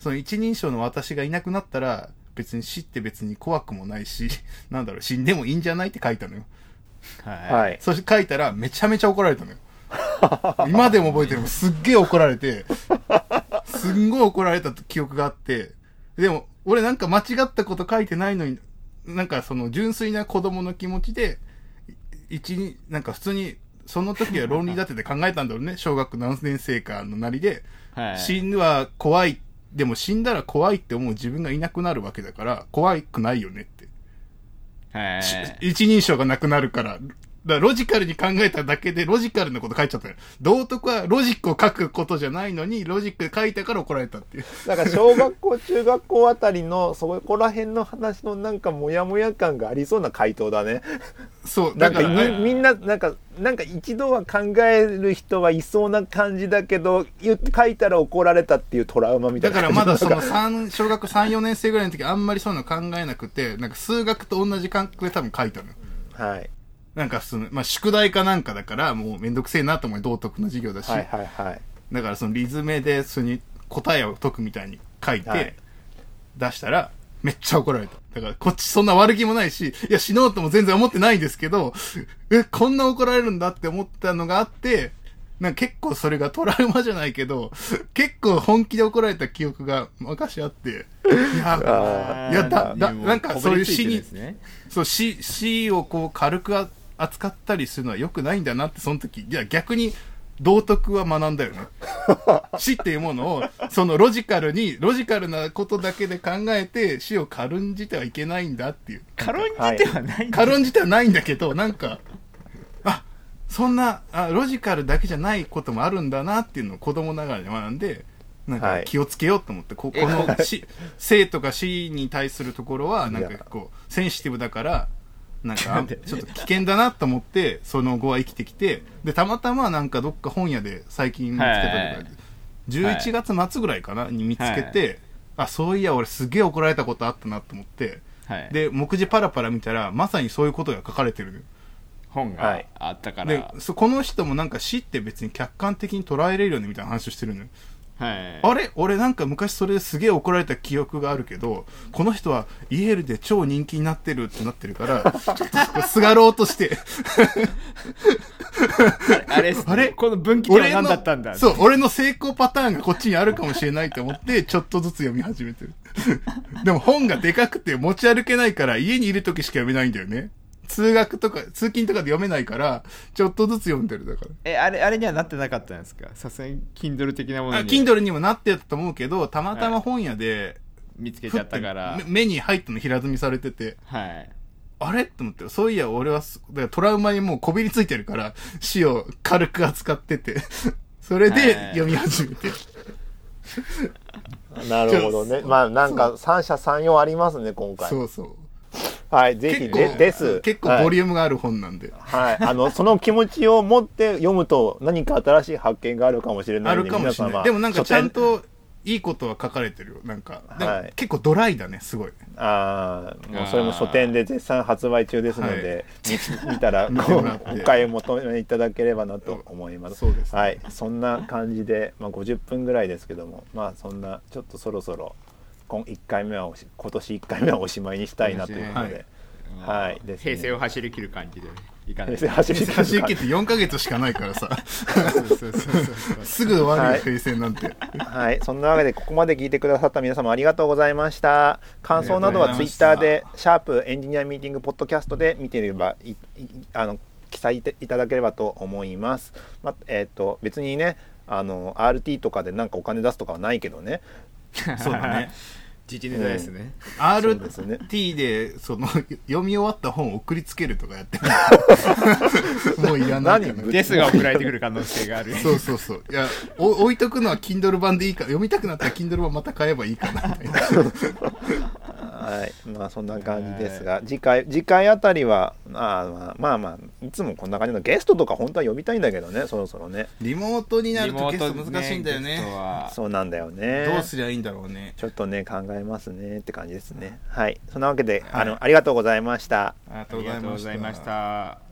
C: その一人称の私がいなくなったら別に死って別に怖くもないしなんだろう死んでもいいんじゃないって書いたのよ
B: はい
A: はい。
C: そして書いたらめちゃめちゃ怒られたのよ。 [LAUGHS] 今でも覚えてるもんすっげえ怒られて、すんごい怒られた記憶があって、でも俺なんか間違ったこと書いてないのに、なんかその純粋な子供の気持ちで、い一に、なんか普通に、その時は論理立てて考えたんだろうね。小学何年生かのなりで、
B: はい
C: 死ぬは怖い。でも死んだら怖いって思う自分がいなくなるわけだから、怖くないよねって。
B: はい
C: [LAUGHS] し一人称がなくなるからだからロジカルに考えただけでロジカルなこと書いちゃったよ。道徳はロジックを書くことじゃないのに、ロジック書いたから怒られたっていう。
A: なんか小学校中学校あたりのそこら辺の話のなんかモヤモヤ感がありそうな回答だね
C: そう、
A: な
C: だ
A: ん
C: か、
A: からみ
C: あ
A: みんななんかなんか一度は考える人はいそうな感じだけど言って書いたら怒られたっていうトラウマみたい
C: だ
A: な
C: から
A: 感じ
C: まだ
A: [LAUGHS]
C: そ
A: なん
C: の三小学3、4年生ぐらいの時あんまりそういうの考えなくて、なんか数学と同じ感覚で多分書いたのよ。
A: はい
C: なんかその、まあ、宿題かなんかだから、もうめんどくせえなと思い、道徳の授業だし、
A: はいはいはい
C: だからそのリズムで、そに答えを解くみたいに書いて、
A: はい
C: 出したら、めっちゃ怒られた。だから、こっちそんな悪気もないし、いや、死のうとも全然思ってないんですけど、え、こんな怒られるんだって思ったのがあって、なんか結構それがトラウマじゃないけど、結構本気で怒られた記憶が昔あって、いや、
A: あ
C: いやだだ
B: でも
C: なんかそうい
B: こびり
C: う
B: つてるんですね
C: そう、死、死をこう軽くあ扱ったりするのは良くないんだなって、その時、いや、逆に、道徳は学んだよね。死っていうものを、そのロジカルに、ロジカルなことだけで考えて、死を軽んじてはいけないんだっていう。
B: 軽んじてはないんだ
C: 軽んじてはないんだけど、なんか、あ、そんなあ、ロジカルだけじゃないこともあるんだなっていうのを子供ながらに学んで、なん
A: は
C: か
A: い
C: 気をつけようと思って、ここの死、生とか死に対するところは、なん
A: い
C: か
A: や
C: こう、センシティブだから、なん
B: な
C: か
B: んで、
C: ちょっと危険だなと思って、その後は生きてきて、で、たまたまなんかどっか本屋で最近見つけたとか、
B: はいはいはい
C: 11月末ぐらいかな、に見つけて、あ、そういや、俺すげえ怒られたことあったなと思って、
B: はい、
C: で目次パラパラ見たらまさにそういうことが書かれてるのよ
B: 本
A: は
B: が
A: い
B: あったから、
C: でそこの人もなんか死って別に客観的に捉えれるよねみたいな話をしてるのよ
B: はい、
C: あれ俺なんか昔それですげえ怒られた記憶があるけどこの人はイエールで超人気になってるってなってるから
B: [LAUGHS]
C: ちょっとそこすがろうとして
B: あれっすね
C: あれ
B: この分岐点は
C: 俺
B: 何
C: の
B: だったんだ
C: そう俺の成功パターンがこっちにあるかもしれないと思って [LAUGHS] ちょっとずつ読み始めてる [LAUGHS] でも本がでかくて持ち歩けないから家にいる時しか読めないんだよね通学とか通勤とかで読めないからちょっとずつ読んでるだから
B: えあれあれにはなってなかったんですかさすがに Kindle 的なもの
C: あ
B: に
C: Kindle にもなってたと思うけどたまたま本屋で、
B: 見つけ
C: ふ
B: ち
C: っ
B: ゃったから
C: て目目に入ったの平積みされてて
B: はい
C: あれと思ってそういや俺はすだからトラウマにもうこびりついてるから死を軽く扱っててそれで読み始めて、
A: なるほどねまあなんか三者三様ありますね今回
C: そうそう
A: はいぜひ
C: 結
A: で
C: 構
A: です
C: 結構ボ
A: ュー
C: リュームがある本なんで、
A: はい、はいあのその気持ちを持って読むと何か新しい発見があるかもしれな
C: あ
A: いの
C: る
A: で
C: かもしれ
A: 皆
C: な
A: 様
C: いでもなんかちゃん
A: 書
C: といいことは書かれてるよなんか、でも
A: はい
C: 結構ドライだねすごい
A: 店あーもうそれも書店で絶賛発売中ですので、見見 [LAUGHS] たら
C: 見てもらっ
A: ご
C: て
A: お買い求めいただければなと思います
C: そうですね
A: はい、そんな感じで、まあ、50分ぐらいですけどもまあそんなちょっとそろそろ今1回目はおし今年1回目はおしまいにしたいなということで、はい
B: うん
A: ですね
B: 平成を走り切る感じでいかない
A: 平成走り切る
C: 走り切って4ヶ月しかないか
A: [LAUGHS]
C: らさ
B: そうそうそうそう
C: すぐ終わる
A: は
C: よ
A: い
C: 平成なんて、
A: はい、そんなわけでここまで聞いてくださった皆様ありがとうございました。感想などは
C: ありが
A: ツ
C: とう
A: イ
C: ご
A: ッタ
C: ざいま
A: ーで
C: した
A: シャープエンジニアミーティングポッドキャストで見ていればいいあの記載いただければと思います。まえっ、と別にねあの RT とかでなんかお金出すとかはないけどね。
C: [LAUGHS] そうだ
B: [LAUGHS]
C: ね
B: 時事ネタですね、
A: うですね
C: RT でその読み終わった本を送りつけるとかやって
A: [LAUGHS]
C: るもういらないか
A: 何
C: な
A: ぶ
B: ですが送られてくる可能性があ [LAUGHS] る
C: そうそうそういやお置いとくのは Kindle 版でいいから読みたくなったら Kindle 版また買えばいいかなみたいな
A: [LAUGHS] [LAUGHS] はい、まあそんな感じですが、次回次回あたりはあーまあまあまあいつもこんな感じのゲストとか本当は呼びたいんだけどねそろそろね。
C: リモートになると
B: リ
C: ゲ
B: モ
C: ス
B: ー
C: ト
B: ト
C: 難しいんだよ
B: ゲスト
C: ね
B: は
A: そうなんだよね。
C: どうすりゃいいんだろうね
A: ちょっとね考えますねって感じですね。はい、そんなわけで、
B: はい
A: あのありがとうございました。
C: ありが
B: ありがとうございました